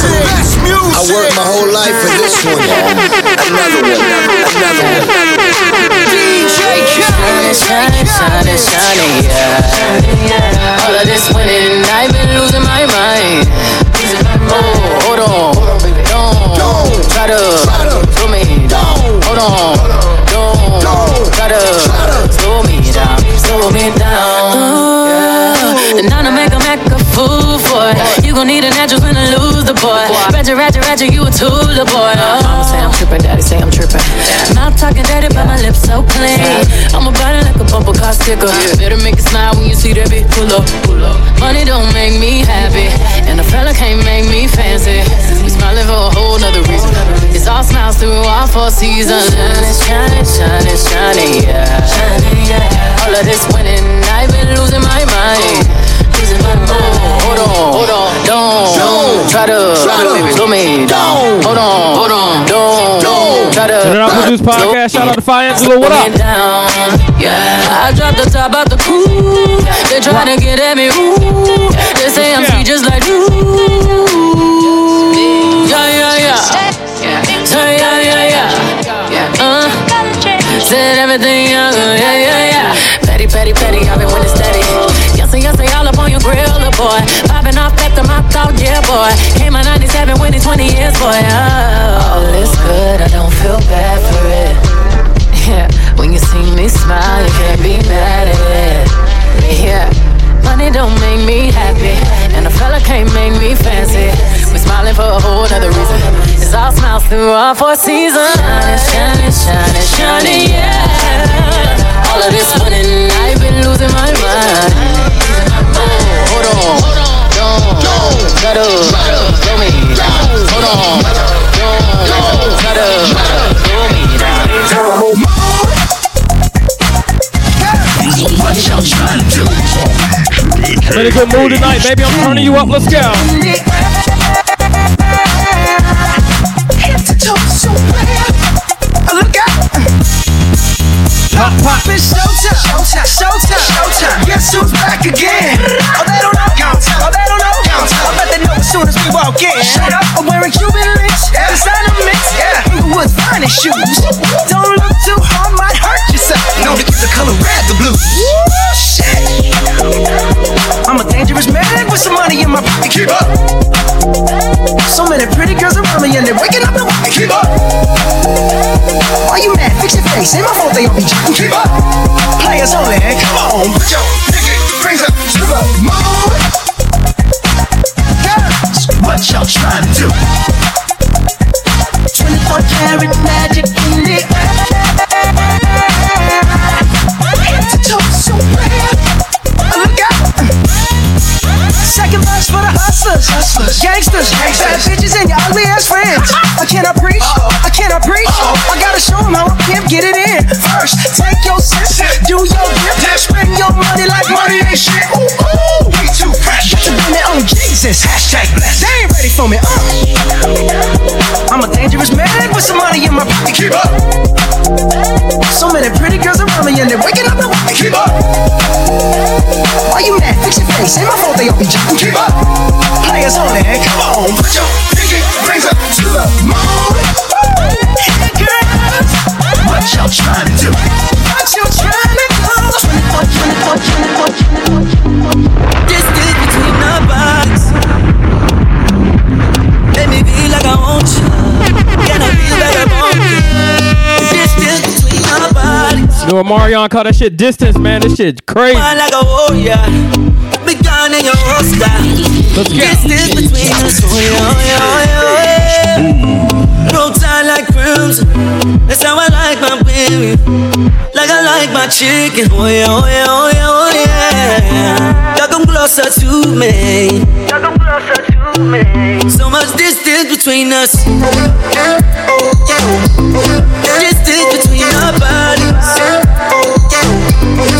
I worked my whole life for this one. Another one. Another one. DJ shining, shining, shining, shining, yeah. All of this winning, I've been losing my mind. Oh, hold on, don't try to slow me down. Hold on, don't try to slow me down, slow me down. Yeah. And now to make a make a fool for it. You gon' need an address when I lose the boy. Roger, Roger, Roger, you a tool boy. Oh. Mama say I'm trippin', daddy say I'm trippin'. Mouth talking dirty, but my lips so clean. I'm about it like a bumper car sticker. Better make it smile when you see that bitch pull up. Pull up. Money don't make me happy, and a fella can't make me fancy. We smiling for a whole nother reason. It's all smiles through all four seasons. Shining, shining, shining, shining, yeah. All of this winning, I've been losing my mind. Losing my mind. Hold on, hold on, don't, don't try to slow me down. Hold on, hold on, don't, don't try to. Turn it up, produce podcast. Shout out to Fi Angela. What Slow me up? down. Yeah, I dropped the top out the cool. They trying to get at me. Ooh, they say I'm sweet just like you. Yeah, yeah, yeah. So, yeah, yeah, yeah. Uh, said everything young. Yeah, yeah, yeah. Petty, petty, petty. I've been winning steady. Yes, and yes, they all up on your grill, oh boy. Popping off at the mouth, out, yeah, boy. Came out 97 winning 20 years, boy. Oh, all is good. I don't feel bad for it. *laughs* Yeah, when you see me smile, you can't be mad at it. Yeah, money don't make me happy, and a fella can't make me fancy. We smiling for a whole nother reason. It's all smiles through all four seasons. Shining, shining, shining, shining, yeah. All of this winning, I've been losing my mind. Oh, hold on, don't, don't, shut up, slow me down. Hold on, don't, shut up, slow me down. I'm in a good mood tonight, baby. I'm turning you up. Let's go. *laughs* Oh, Shut up, I'm wearing Cuban links. Yeah. Designer mix, yeah. With finest shoes. Don't look too hard, might hurt yourself. Known to give the color red the blues. Woo, shit. I'm a dangerous man with some money in my pocket. Keep up. So many pretty girls around me and they're waking up and wanting to keep up. Why you mad? Fix your face. Ain't my fault they all be jacking. Keep up. Players only. Come on. Put your pinky rings up to the moon. Girls, what y'all trying to do? 24 karat magic in the air. Head to toe so red. Look out. Second verse for the hustlers, hustlers, gangsters, bad bitches, and your ugly ass friends. *laughs* I cannot preach, I cannot preach. I gotta show 'em how I pimp get it in. First, take your sip, do your dip, spend your money like money ain't shit. Ooh, ooh, we too fresh. Get your women on Jesus. Hashtag blessed. They ain't ready for me. Uh. I'm a dangerous man with some money in my pocket. Keep up. So many pretty girls around me, and they're waking up the way. Keep up. Why you mad? Fix your face. Ain't my fault they all be jacking. Keep up. Players only. Come on. Put your pinky rings up to the moon. Hey, girls. What y'all trying to do? What you trying to do? 24, 24, 24, 24. This is between our bodies. Let me feel like I want you. Can I feel like I want you? This is between our bodies. You know what Marion called that shit distance, man. This shit crazy. Fine like a warrior. oh, Be gone in your roster. Let's go. This is between us. Oh, yeah, yeah, yeah, oh, yeah. Roll tight like crimson. That's how I like my baby. Like I like my chicken. Oh yeah, oh yeah, oh yeah, oh yeah. Y'all come close. closer to me. Y'all come closer to me. So much distance between us. Distance between our bodies.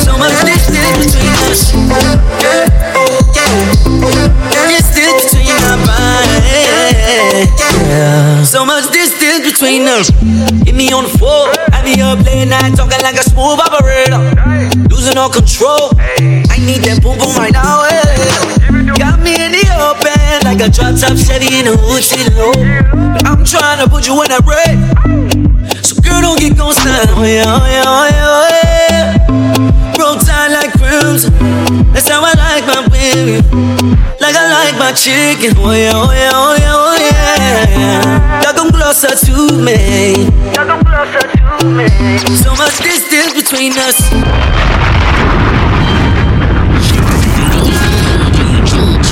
So much distance between us. Distance between our bodies. So much distance between us. Hit me on the floor. I be up late night talking like a smooth operator. Losing all control. I need that boom boom right now. eh. Got me in the open like a drop top Chevy in a hood city low. But I'm trying to put you in a break. So girl, don't get ghosted. Oh yeah, oh yeah, oh yeah, oh yeah. Roll tide like crimson. That's how I like my women. Like I like my chicken. Oh yeah, oh yeah, oh yeah, oh yeah. Y'all come closer to me. Y'all come closer to me. So much distance between us.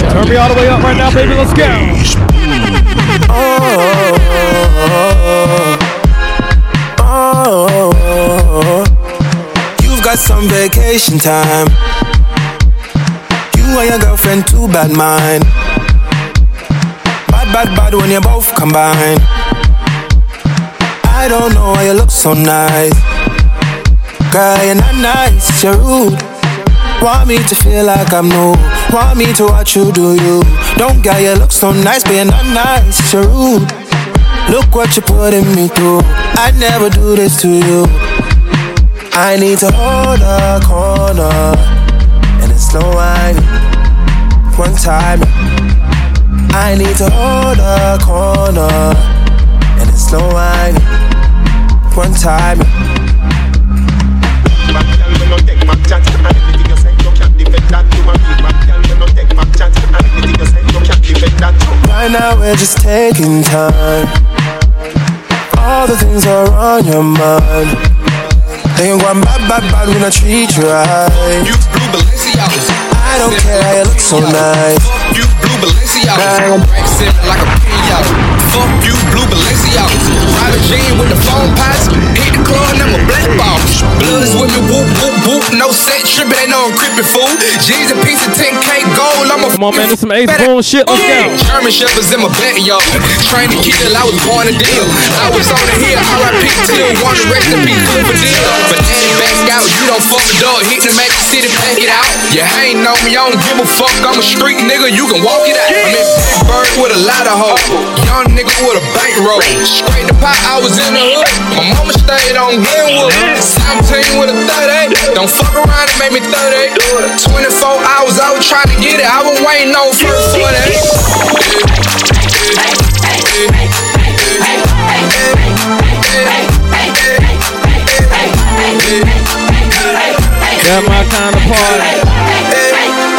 Turn me all the way up right now, baby. Let's go. Oh, you've got some vacation time. You and your girlfriend, too bad mine. Bad, bad, bad when you both combine. I don't know why you look so nice. Girl, you're not nice, you're rude. Want me to feel like I'm new. Want me to watch you do you. Don't girl, you look so nice, but you're not nice, you're rude. Look what you're putting me through. I'd never do this to you. I need to hold a corner and it's slow wine. One time. I need to hold a corner and it's slow wine. One time. Right now we're just taking time. All the things are on your mind. They ain't going bad, bad, bad when I treat you right. You blue Balenciagas. I don't care how you look so nice. You blue Balenciagas. like a Fuck you, blue Balenciagas. Private jean with the phone pots. Hit the club and I'm a black ball. Blood is with me, whoop, whoop, whoop. No set tripping, they know I'm creeping fool. G's a piece of 10K gold. I'm a Come on, man. This some Ace Boone shit. Let's go. German shepherds in my backyard. Trained to keep till I was born a deal. I was on the hill, RIP till one rest in peace, Clifford deal. But then back out, you don't fuck the dog. Hit the magic city, pack it out. You ain't know me, I don't give a fuck. I'm a street nigga, you can walk it out. I'm in Pittsburgh with a lot of hoes. Young nigga with a bankroll. Straight to pot, I was in the hood. My mama stayed on Glenwood. 17 with a 38. Don't fuck around and make me 38. 24 hours, I was trying to get it. I was waiting on first for that. Got my kind of party.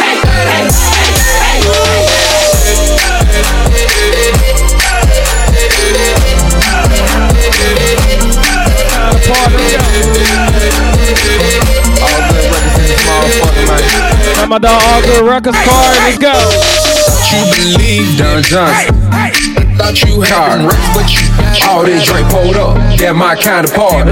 Got my dog All Good Records card. Let's go. You believe Don Johnson. Thought you had them racks, but you all this drink pulled up. That my kind of party.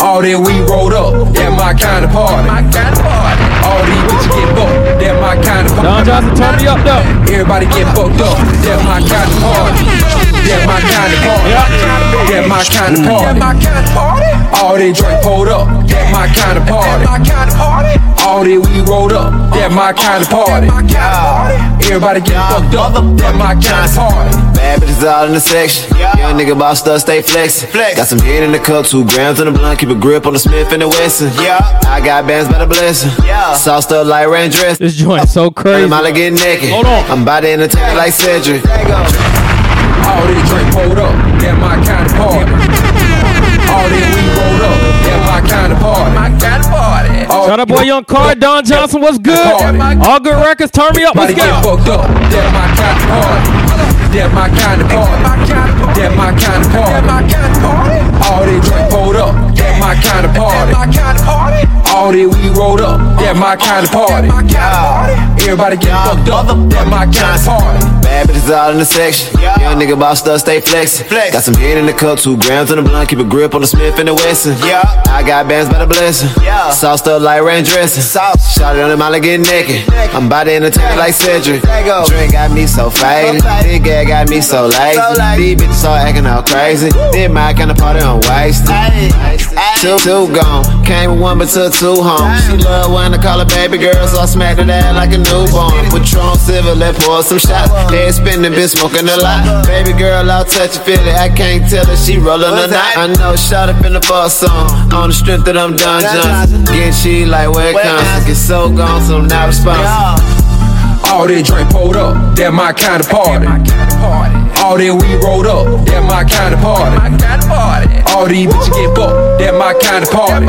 All that we rolled up. That my kind of party. All these bitches get booked. That my kind of party. Don Johnson, turn me up though. Everybody get fucked up. That my kind of party. That my kind of party. That my kind of party. That my kind of party. All that drink pulled up. That my kind of party. All that we rolled up. That my kind of party. Everybody get fucked up. That my kind of party. Bad bitches all in the section. Young nigga bout stuff, stay flexing. Got some head in the cup, two grams in the blunt. Keep a grip on the Smith and the Wesson. Yeah. I got bands by the blessing. Yeah. Sauced up like rain dress. This joint so crazy. I'm out get naked. Hold on. I'm about to entertain like Cedric. All that drink pulled up. That my kind of party. All that we rolled up. That my kind of party. My kind of party. Shout out boy Young Car, Don Johnson, what's good? All good records, turn me up, let's Everybody get go. fucked up. That my kind of party. That my kind of party. That my kind of party. That my kind of party. All they drink pulled up. That my kind of party. That my kind of party. All they we rolled up. That my kind of party. Everybody get fucked up. That my kind of party. Bad bitches all in the section. Young nigga bout stuff, stay flexing. Got some head in the cup, two grams in the blunt, keep a grip on the Smith and the Wesson. Yeah. I got bands by the blessing. Yeah. Sauced up like rain dressing. Sauce. Shot it on the mile and get naked. I'm about to entertain like Cedric. Drink got me so faded. Big ass got me so lazy. These bitches start acting all crazy. Then my kind of party on wasted. Two, two gone. Came with one, but took two home. She love when I call her baby girl, so I smacked her ass like a newborn. Patron silver, let pour some shots. Head spinning, been smoking a lot. Baby girl, I'll touch and feel it. I can't tell if she rolling or not. I know shot up in the bar song. On the strength that I'm done Johnson. Getting she like where it comes. Get so gone, so I'm not responsible. All they drink pulled up, that my kind of party. All they we rolled up, that my kind of party. All these bitches get fucked, that my kind of party.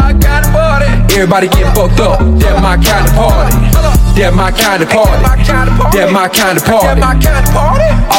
Everybody get fucked up, that my kind of party. That my kind of party. That my kind of party.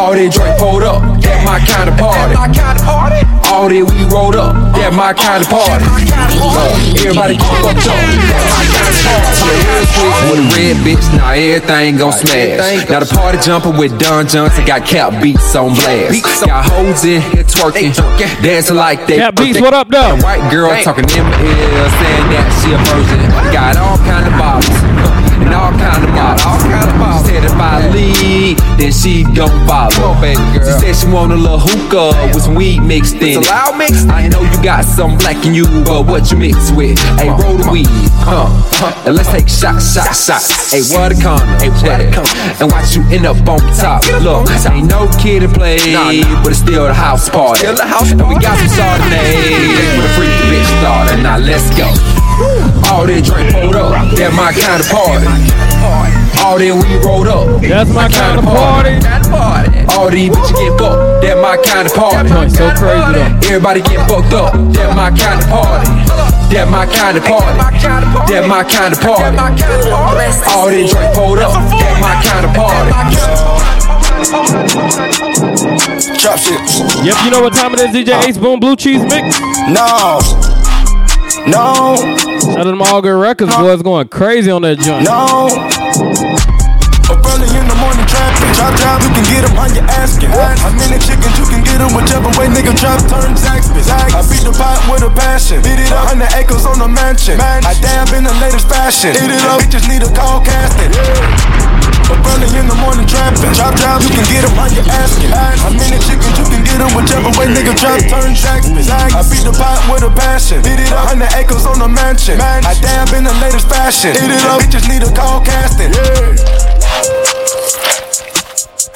All they drink pulled up, that my kind of party. All they we rolled up, that my kind of party. Look, Everybody get fucked up, that my kind of party. With a red bitch, now everything gon' everything smash. Now the party jumping with Don Johnson got cap beats on blast. Got hoes in here twerking, dancing like they. Cap Beats, what up, though? Got a White girl talking in my ear, saying that she a virgin. Got all kind of bottles. And all kind of models. All kind of models. Said if I lead, then she gon' follow. She said she want a little hookah with some weed mixed in it. It's a loud mix. I know you got some black in you, but what you mix with? Hey, roll the weed, huh? huh. And let's take shots, shots, shots. Hey, what a con, hey, what a con. And watch you end up on top. Look, ain't no kid in play, but it's still the house party. Still the house party. And we got some Chardonnay. With a freak the bitch starter. Now let's go. All they drink pulled up, that my kind of party. All they we rolled up, that's my kind of party. All these bitches get fucked, that my kind of party. so crazy though. Everybody get fucked up, that my kind of party. That my kind of party. That my kind of party. All they drink pulled up, that my kind of party. Chop shit. Yep, you know what time it is, DJ Ace Boom Blue Cheese Mix? No. No. Shout out to them all good records, boys going crazy on that joint. No. Up early in the morning traffic. Drop down, you can get them on your asking. I'm in the chickens, you can get them whichever way nigga trap turn Zaxby's. I beat the pot with a passion. Beat it up, 100 acres on the mansion. I dab in the latest fashion. Eat it up, bitches need a call casting. Up early in the morning traffic. Drop down, you can get them on your asking. I'm in the chickens, you can get them whichever way nigga trap turn Zaxby's. I beat the pot with a passion. Beat it up, 100 acres on the mansion. I dab in the latest fashion. Eat it up, bitches need a call casting.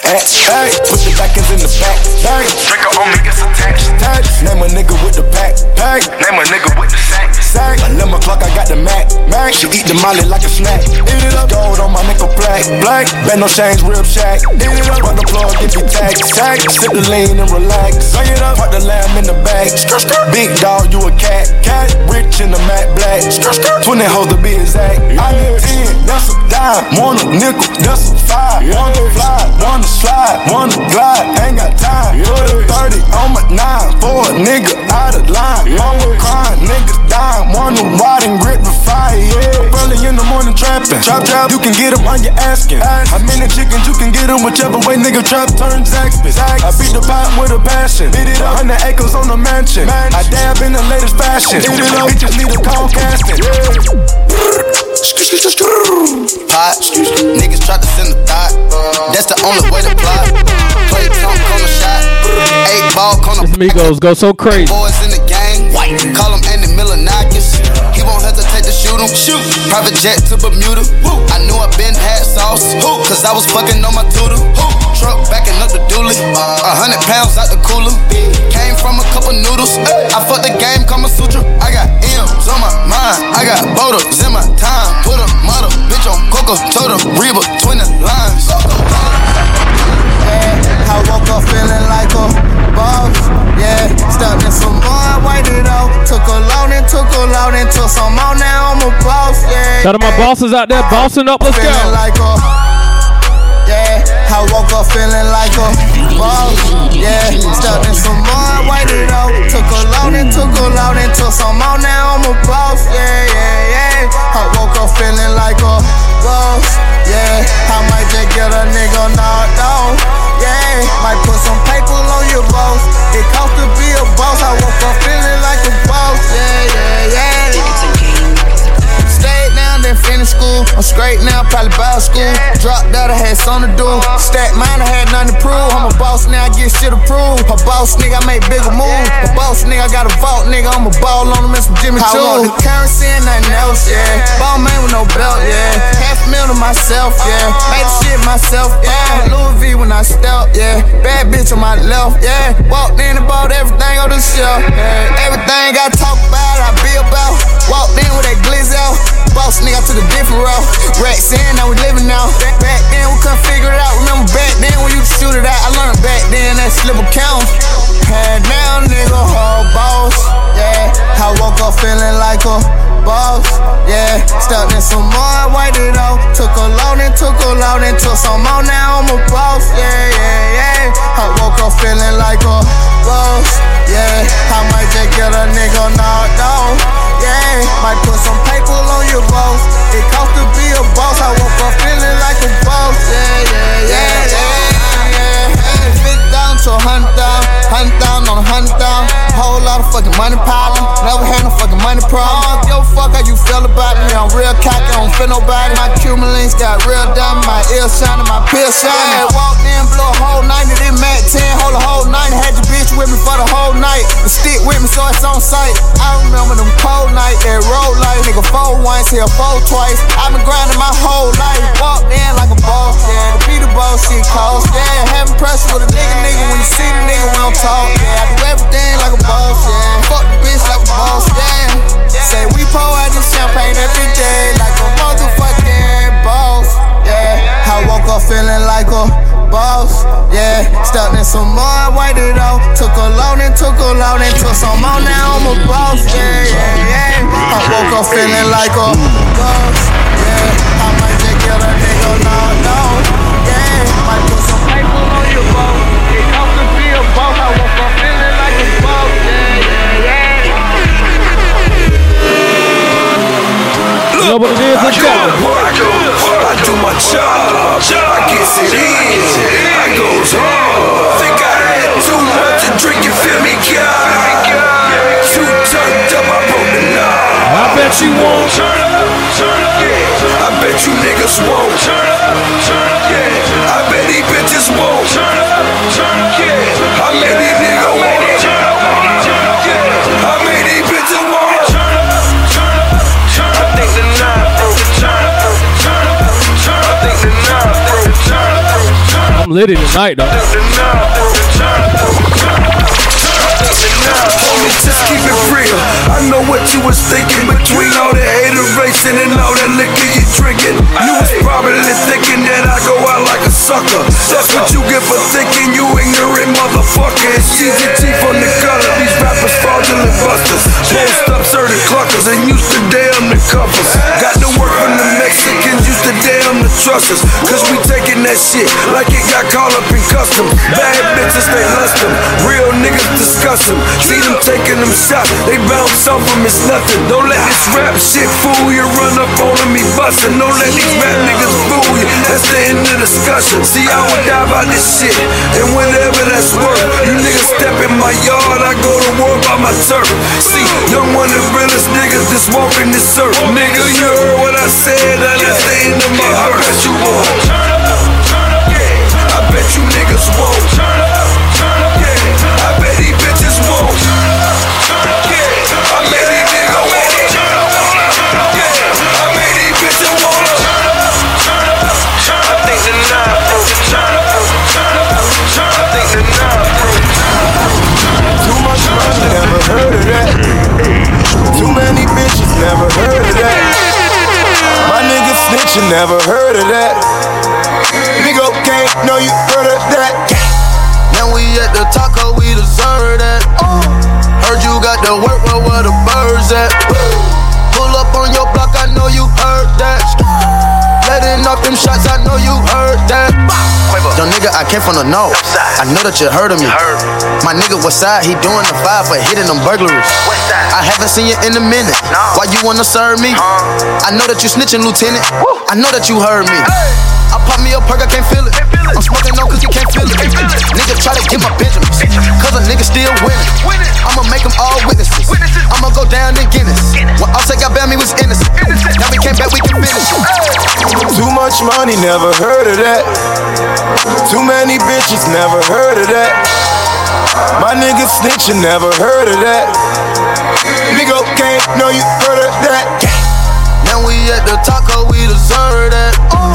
Hey, hey, put the backers in the back. Bang. Drink on niggas attached. Attached. Name a nigga with the pack. Pack. Name a nigga with the sack. Sack. 11 o'clock, I got the Mac. Mac. She eat the molly like a snack. Eat it up. Gold on my nickel black. Black. Bet no change, rib shack. Eat it up. Run the plug, if you tax. Tax. Sip the lean and relax. Bang it up. Put the lamb in the bag. Skirt, skirt. Big dog, you a cat. Cat. Rich in the matte black. Skirt, skirt. 20 hoes to be exact. I need 10. That's a dime. One a nickel. That's a five. One to fly. One to slide. One to glide. Ain't got time. Put a 30 on my nine. For a nigga out of line. Mama crying. Niggas dying. One to ride and grip the fire. Yeah. Early in the morning trapping. Chop chop. You can get them on your asking. I'm in the chickens. You can get them whichever way nigga trap turns Zaxby's. I beat the pot with a passion. Beat it up. 100 acres on the mansion. I dab in the latest fashion. Eat it up. Bitches need a call casting. Pot, niggas try to send a thought. That's the only way to plot. Play trunk on the shot. Eight ball on the This Migos go so crazy. boys in the gang. Call him Andy Milanakis. He won't hesitate to shoot him. Shoot. Private jet to Bermuda. Woo. I knew I been had sauce. Who? Cause I was fucking on my tutor. Who? Truck backing up the dually. A hundred pounds out the cooler. Came from a couple noodles. I fucked the game, Kama Sutra. I got M's on my mind. I got boulders in my time. Put a mother bitch on Coca Tota. Reba, twin the lines. I woke up feeling like a boss. Yeah, stepped in some more, waited out. Took a loan and took a loan and took some more. Now I'm a boss. Yeah, Shout out to my bosses out there bossing up. Let's feeling go. like a. Yeah, I woke up feeling like a boss. Yeah, Yeah, stepped in some more, waited out. Took a load and took a load and took some more. Now I'm a boss. Yeah, yeah, yeah. I woke up feeling like a boss. Yeah, I might just get a nigga knocked off. Yeah, might put some paper on your boss. It cost to be a boss. I woke up feeling like a boss. Yeah, yeah, yeah. Stayed down, then finished school. I'm straight now, probably by school. Dropped out, I had something to do. Stack mine, I had nothing to prove. I'm a boss now, I get shit approved. A boss nigga, I make bigger moves. A boss nigga, I got a vault nigga. I'm a ball on him and some Jimmy I Choo. want the currency and nothing else, yeah. Ball man with no belt, yeah. Half mil to myself, yeah. Make shit myself, yeah. Louis V when I step, yeah. Bad bitch on my left, yeah. Walked in and bought everything on the shelf, yeah. Everything I talk about, I be about. Walked in with that glizz out. Boss nigga, I took a different route. Racks in, now we living now. Back then, we couldn't figure it out. Remember back then when you could shoot it out? I learned back then that slip count. Head down, nigga, whole boss. Yeah, I woke up feeling like a boss. Yeah, stepped in some more, waited out. Took a load and took a load and took some more. Now I'm a boss. Yeah, yeah, yeah. I woke up feeling like a boss. Yeah, I might just get a nigga knocked off. Yeah, might put some paper on your boss. It cost to be a boss. I woke up feeling like a boss. Yeah, yeah, yeah, yeah. yeah. Big down to a hundred down, hundred down on a hundred down. Whole lot of fucking money piling. Never had no fucking money problem. I don't give a fuck how you feel about me. I'm real cocky, I don't feel nobody. My cumulants got real diamond. My ear shining, my pill shining. Yeah, walked in, blew a whole 90, then Mac 10, hold a whole 90. Had your bitch with me for the whole night. The stick with me, so it's on sight. I remember them cold nights, that road life. Nigga, fold once, here, fold twice. I've been grinding my whole life. Walked in like a boss, yeah. To be the boss, shit cost, yeah. Having pressure with a nigga, nigga. When you see the nigga, we don't talk, yeah. I do everything like a boss, yeah. Fuck the bitch like a boss, yeah. Say we pour out this champagne every day like a motherfucking boss, yeah. I woke up feeling like a boss, yeah. Stepped in some more, waited out. Took a load and took a load and took some more. Now I'm a boss, yeah, yeah, yeah. I woke up feeling like a boss, yeah. I might just get a nigga knocked out, yeah. Might put some paper on your boat. It comes to be a boss. I woke up feeling like a boss, yeah, yeah, yeah. Know what it is, I let's go go. to work, I do my job, I get it in, I goes hard. Think I had too much to drink, you feel me, God? Too turned up, I broke the knob. I bet you won't turn up, turn up. Yeah, I bet you niggas won't turn up, turn up. Yeah, I bet these bitches won't turn up, turn up. Yeah, I made these niggas wanna turn up, turn up. Yeah, I made these bitches wanna turn up. I'm litty tonight, though. Homie, just keep it real. I know what you was thinking between all the hateration and all that liquor you drinking. You was probably thinking that I go out like a sucker. That's what you get for thinking you ignorant motherfucker. It's easy teeth on the gutter. These rappers fraudulent busters. Post up certain cluckers and used to damn the covers. Got to work from the Mexicans, used to damn the trusters. Cause we taking that shit like it got caught up in custom. Bad bitches, they lust 'em. Real niggas discuss 'em. See them taking them shots, they bounce off 'em, it's nothing. Don't let this rap shit fool you, run up on 'em, he bustin'. Don't let these rap niggas fool you, that's the end of discussion. See, I would die by this shit, and whenever that's worth, you niggas step in my yard, I go to war by my turf. See, young one of the realest niggas just walking this earth. Nigga, you heard what I said, and that's the end of my hurt. I bet you won't. Yeah, I bet you niggas won't. Yeah, I bet these bitches won't. Yeah, I made these niggas wanna. Yeah, I made these bitches wanna. I think the nine broke. I think the nine broke. Too much money, never heard of that. Too many bitches, never heard of that. My nigga snitching, never heard of that. Nigga can't know you heard of that. Now we at the taco, we deserve that. Heard you got the work, but where the birds at? Pull up on your block, I know you heard that. Letting off them shots, I know you heard that. Young nigga nigga, I came from the north. I know that you heard of me. My nigga was side, he doing the five for hitting them burglaries. I haven't seen you in a minute. Why you wanna serve me? I know that you snitching, Lieutenant. I know that you heard me. I pop me a perk, I can't feel it. I'm smoking on cause you can't feel it. Nigga try to get my Benjamins. Cause a nigga still winning. I'ma make them all witnesses. I'ma go down in Guinness. When I say I banned me was innocent. Now we came back, we can finish. Too much money, never heard of that. Too many bitches, never heard of that. My nigga snitching, never heard of that. Nigga can't know you heard of that. Now we at the taco, we deserve that. Ooh.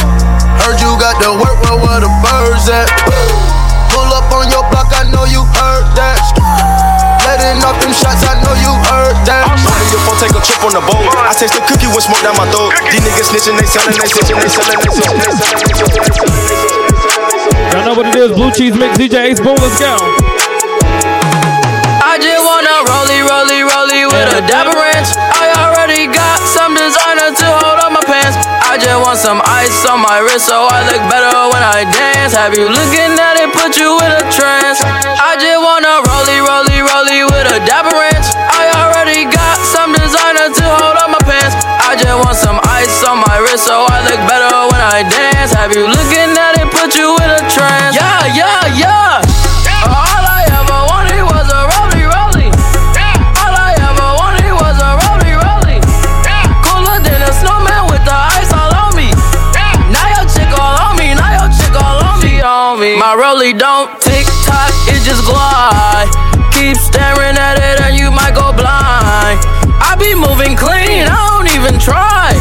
Heard you got the work, where where the birds at? Ooh. Pull up on your block, I know you heard that. Letting off them shots, I know you heard that. Open your phone, take a trip on the boat. I taste the cookie with smoke down my throat. These niggas snitching, they selling, they snitching, they selling, they selling, they selling. Y'all know what it is. Blue cheese mix. DJ Ace Boom. Let's go. I just wanna rollie, rollie, rollie with a dapper ranch. I already got some designer to hold on my pants. I just want some ice on my wrist so I look better when I dance. Have you looking at it? Put you in a trance. I just wanna rollie, rollie, rollie with a dapper ranch. I already got some designer to hold on my pants. I just want some ice on my wrist so I look better when I dance. Have you looking at it? Put you in a trance. Yeah, yeah, yeah. All I ever wanted was a rollie, rollie. All I ever wanted was a rollie, rollie. Cooler than a snowman with the ice all on me. Now your chick all on me. Now your chick all on me. On me. My rollie don't tick tock. It just glide. Keep staring at it and you might go blind. I be moving clean. I don't even try.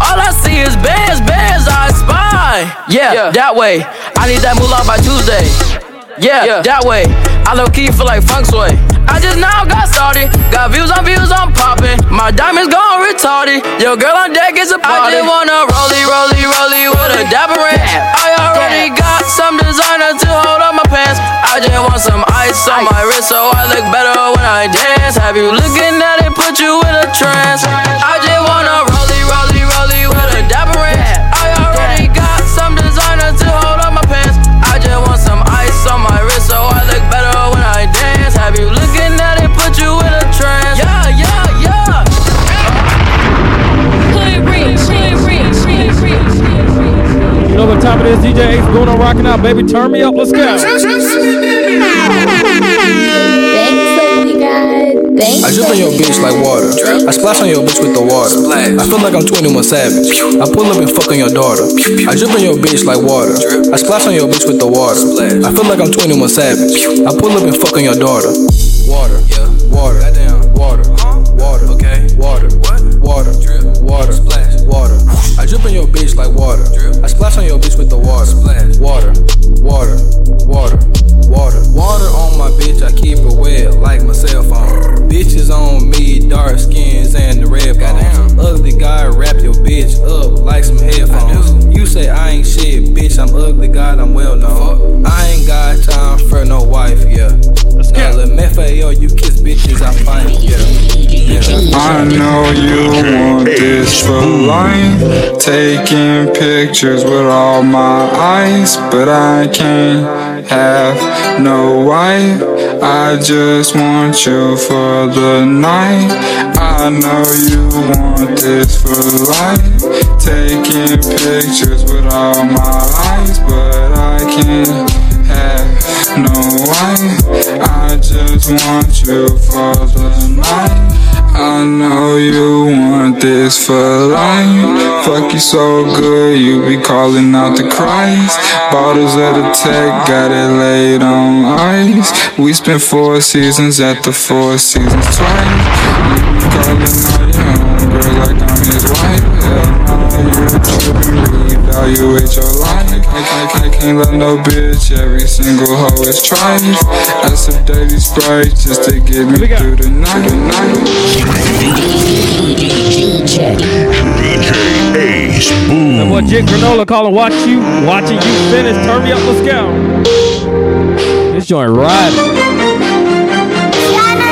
All I see is bands, bands. I spy. Yeah, that way. I need that moolah by Tuesday. Yeah, that way. I low key feel like funk sway. I just now got started. Got views on views, I'm popping. My diamonds gone retarded. Your girl on deck is a party. I just wanna rollie, rollie, rollie with a dapper ranch. I already got some designer to hold on my pants. I just want some ice on my wrist so I look better when I dance. Have you looking at it? Put you in a trance. I just wanna rollie, rollie, rollie with a dapper ranch. I already got some designer to hold on my pants. I just want some ice on my wrist so I look better when I dance. Have you looking at it? Put you in a trance. Yeah, yeah, yeah. You know what time it is. DJ Ace Boom. I'm rocking out. Baby, turn me up. Let's go. I drip on your bitch like water. I splash on your bitch with the water. I feel like I'm 21 Savage. I pull up and fuck on your daughter. I drip on your bitch like water. I splash on your bitch with the water. I feel like I'm 21 Savage. I pull up and fuck on your daughter. Water, water, water, water, okay, water, water, water, splash, water. I drip on your bitch like water. I splash on your bitch with the water. Water, water, water, water, water on my bitch. I keep it wet like my cell phone. Bitches on me, dark skins and the red bones. Ugly guy, wrap your bitch up like some headphones. You say I ain't shit, bitch. I'm ugly god. I'm well known. I ain't got time for no wife, yeah. Now let me fail. You kiss bitches, I fight, yeah. yeah. I know you want this for life. Taking pictures with all my eyes, but I can't have no wife. I just want you for the night. I know you want this for life. Taking pictures with all my eyes, but I can't have no wife. I just want you for the night. I know you want this for life. Fuck you so good, you be calling out the cries. Bottles of the tech, got it laid on ice. We spent four seasons at the four seasons twice. You be calling out your homegirl like I'm his wife. Hell no, you're tripping, reevaluate your life. I, I, I can't love no bitch, every single hoe is trife. I sip daily sprite just to get me through the night. The That boy Jig Granola calling, watch you, watching you finish. Turn me up, let's go. This joint riding.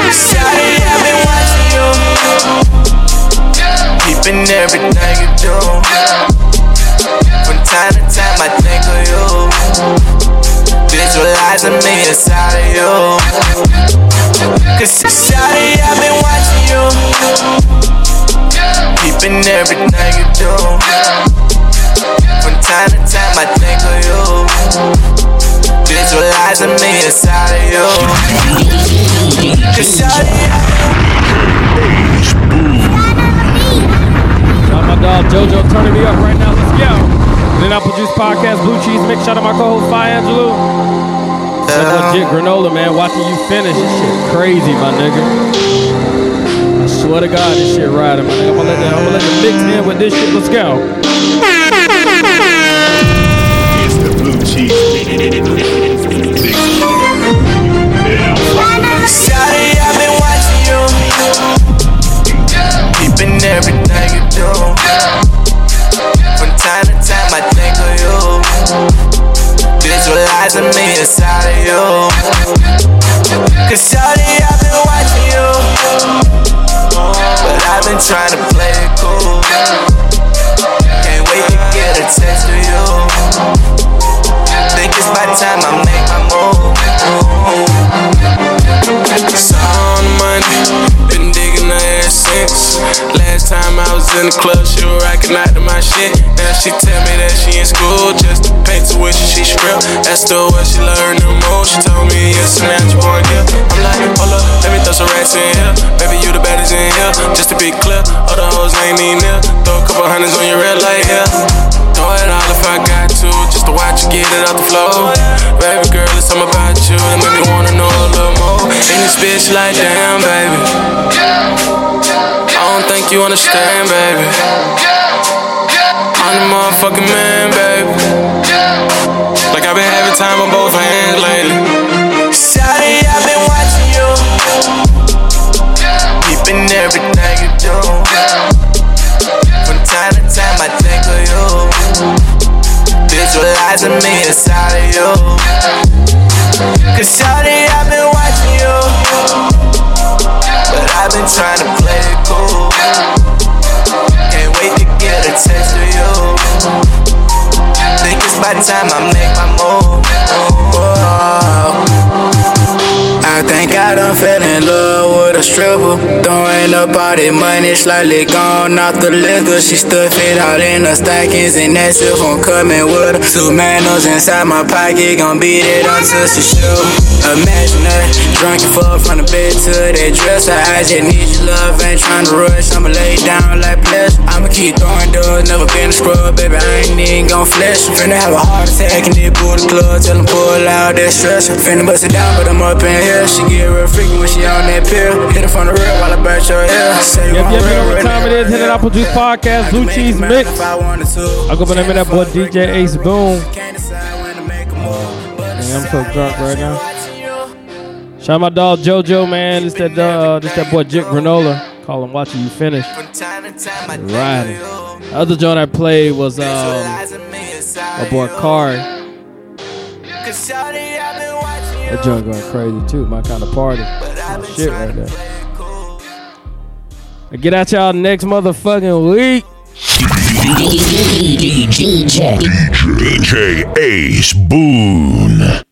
Shawty, I've been watching you. Peeping everything you do. From time to time, I think of you. visualizing me inside of you. Cause shawty, I've been watching you. Peeping everything you do. From time to time, I think of you. Visualizing me inside of you. Cause shawty, Shout out my dog JoJo turning me up right now. Let's go. Then I produce podcast Blue Cheese Mix. Shout out my co-host Fi Angelou. That's legit granola, man. Watching you finish this shit crazy, my nigga. I swear to God, this shit riding, my nigga. I'm gonna let the, I'm gonna let the mix in with this shit. Let's go. It's the blue cheese. Shawty, I've been watching you. Peeping everything you do. From time to time, I think of you. Visualizing me inside of you. Cause Shawty, I've been watching you. But I've been trying to play it cool. Can't wait to get a taste of you. Think it's about time I make my move. Saw her on the money, been digging her ever since. Last time I was in the club, she was rocking out to my shit. Now she tell me that she in school just to pay tuition. She stripped. That's the way she learned the most. She told me yes, now you born here. I'm like, hold up, let me throw some racks in here. Baby, you the baddest in here. Just to be clear, all the hoes ain't even near. Throw a couple hundreds on your red light here. Throw it all if I got to, just to watch you get it off the floor. Baby girl, it's something about you that make me wanna know a little more. In this bitch, like damn, baby. I don't think you understand, baby. I'm the motherfucking man, baby. Like I've been having time on both hands lately. Shawty, I've been watching you. Peeping everything you do. From time to time, I think of you. Visualizing me inside of you. Cause Shawty, I've been watching you. But I've been trying to play it cool. Can't wait to get a taste of you. Think it's about time I make my move. I think I done fell in love with a stripper. Throwing up all that money, slightly gone off the liquor. She stuck it all in her stockings, and that shit gon' coming with her. Two manos inside my pocket, gon' beat it until she shoot. Imagine her, drunk and fuck from the bed to that dresser. I just need your love, ain't tryna rush. I'ma lay down like pleasure. I'ma keep throwing doors, never been a scrub, baby. I ain't even gon' flesh. Finna have a heart attack in this booty club, tell 'em pull out that stress. Finna bust it down, but I'm up in here. She get real freaky when she on that pill. Hit her from the rear while I burn your hair. Say, Yep, I'm yep, you know real, what real, time it is. Hit it up, produce podcast, Blue Cheese Mix. I go by the name of that boy DJ Ace Boom. Man, I'm so drunk right now. Shout out my dog JoJo, man. This that uh, this that boy Jick Granola. Call him watching you finish. Riding. The other joint I played was um, my boy Card. Cause Shawty, I've been watching you. That joint going crazy too. My kind of party. My shit right there. I Get out y'all next motherfucking week. DJ Ace Boone.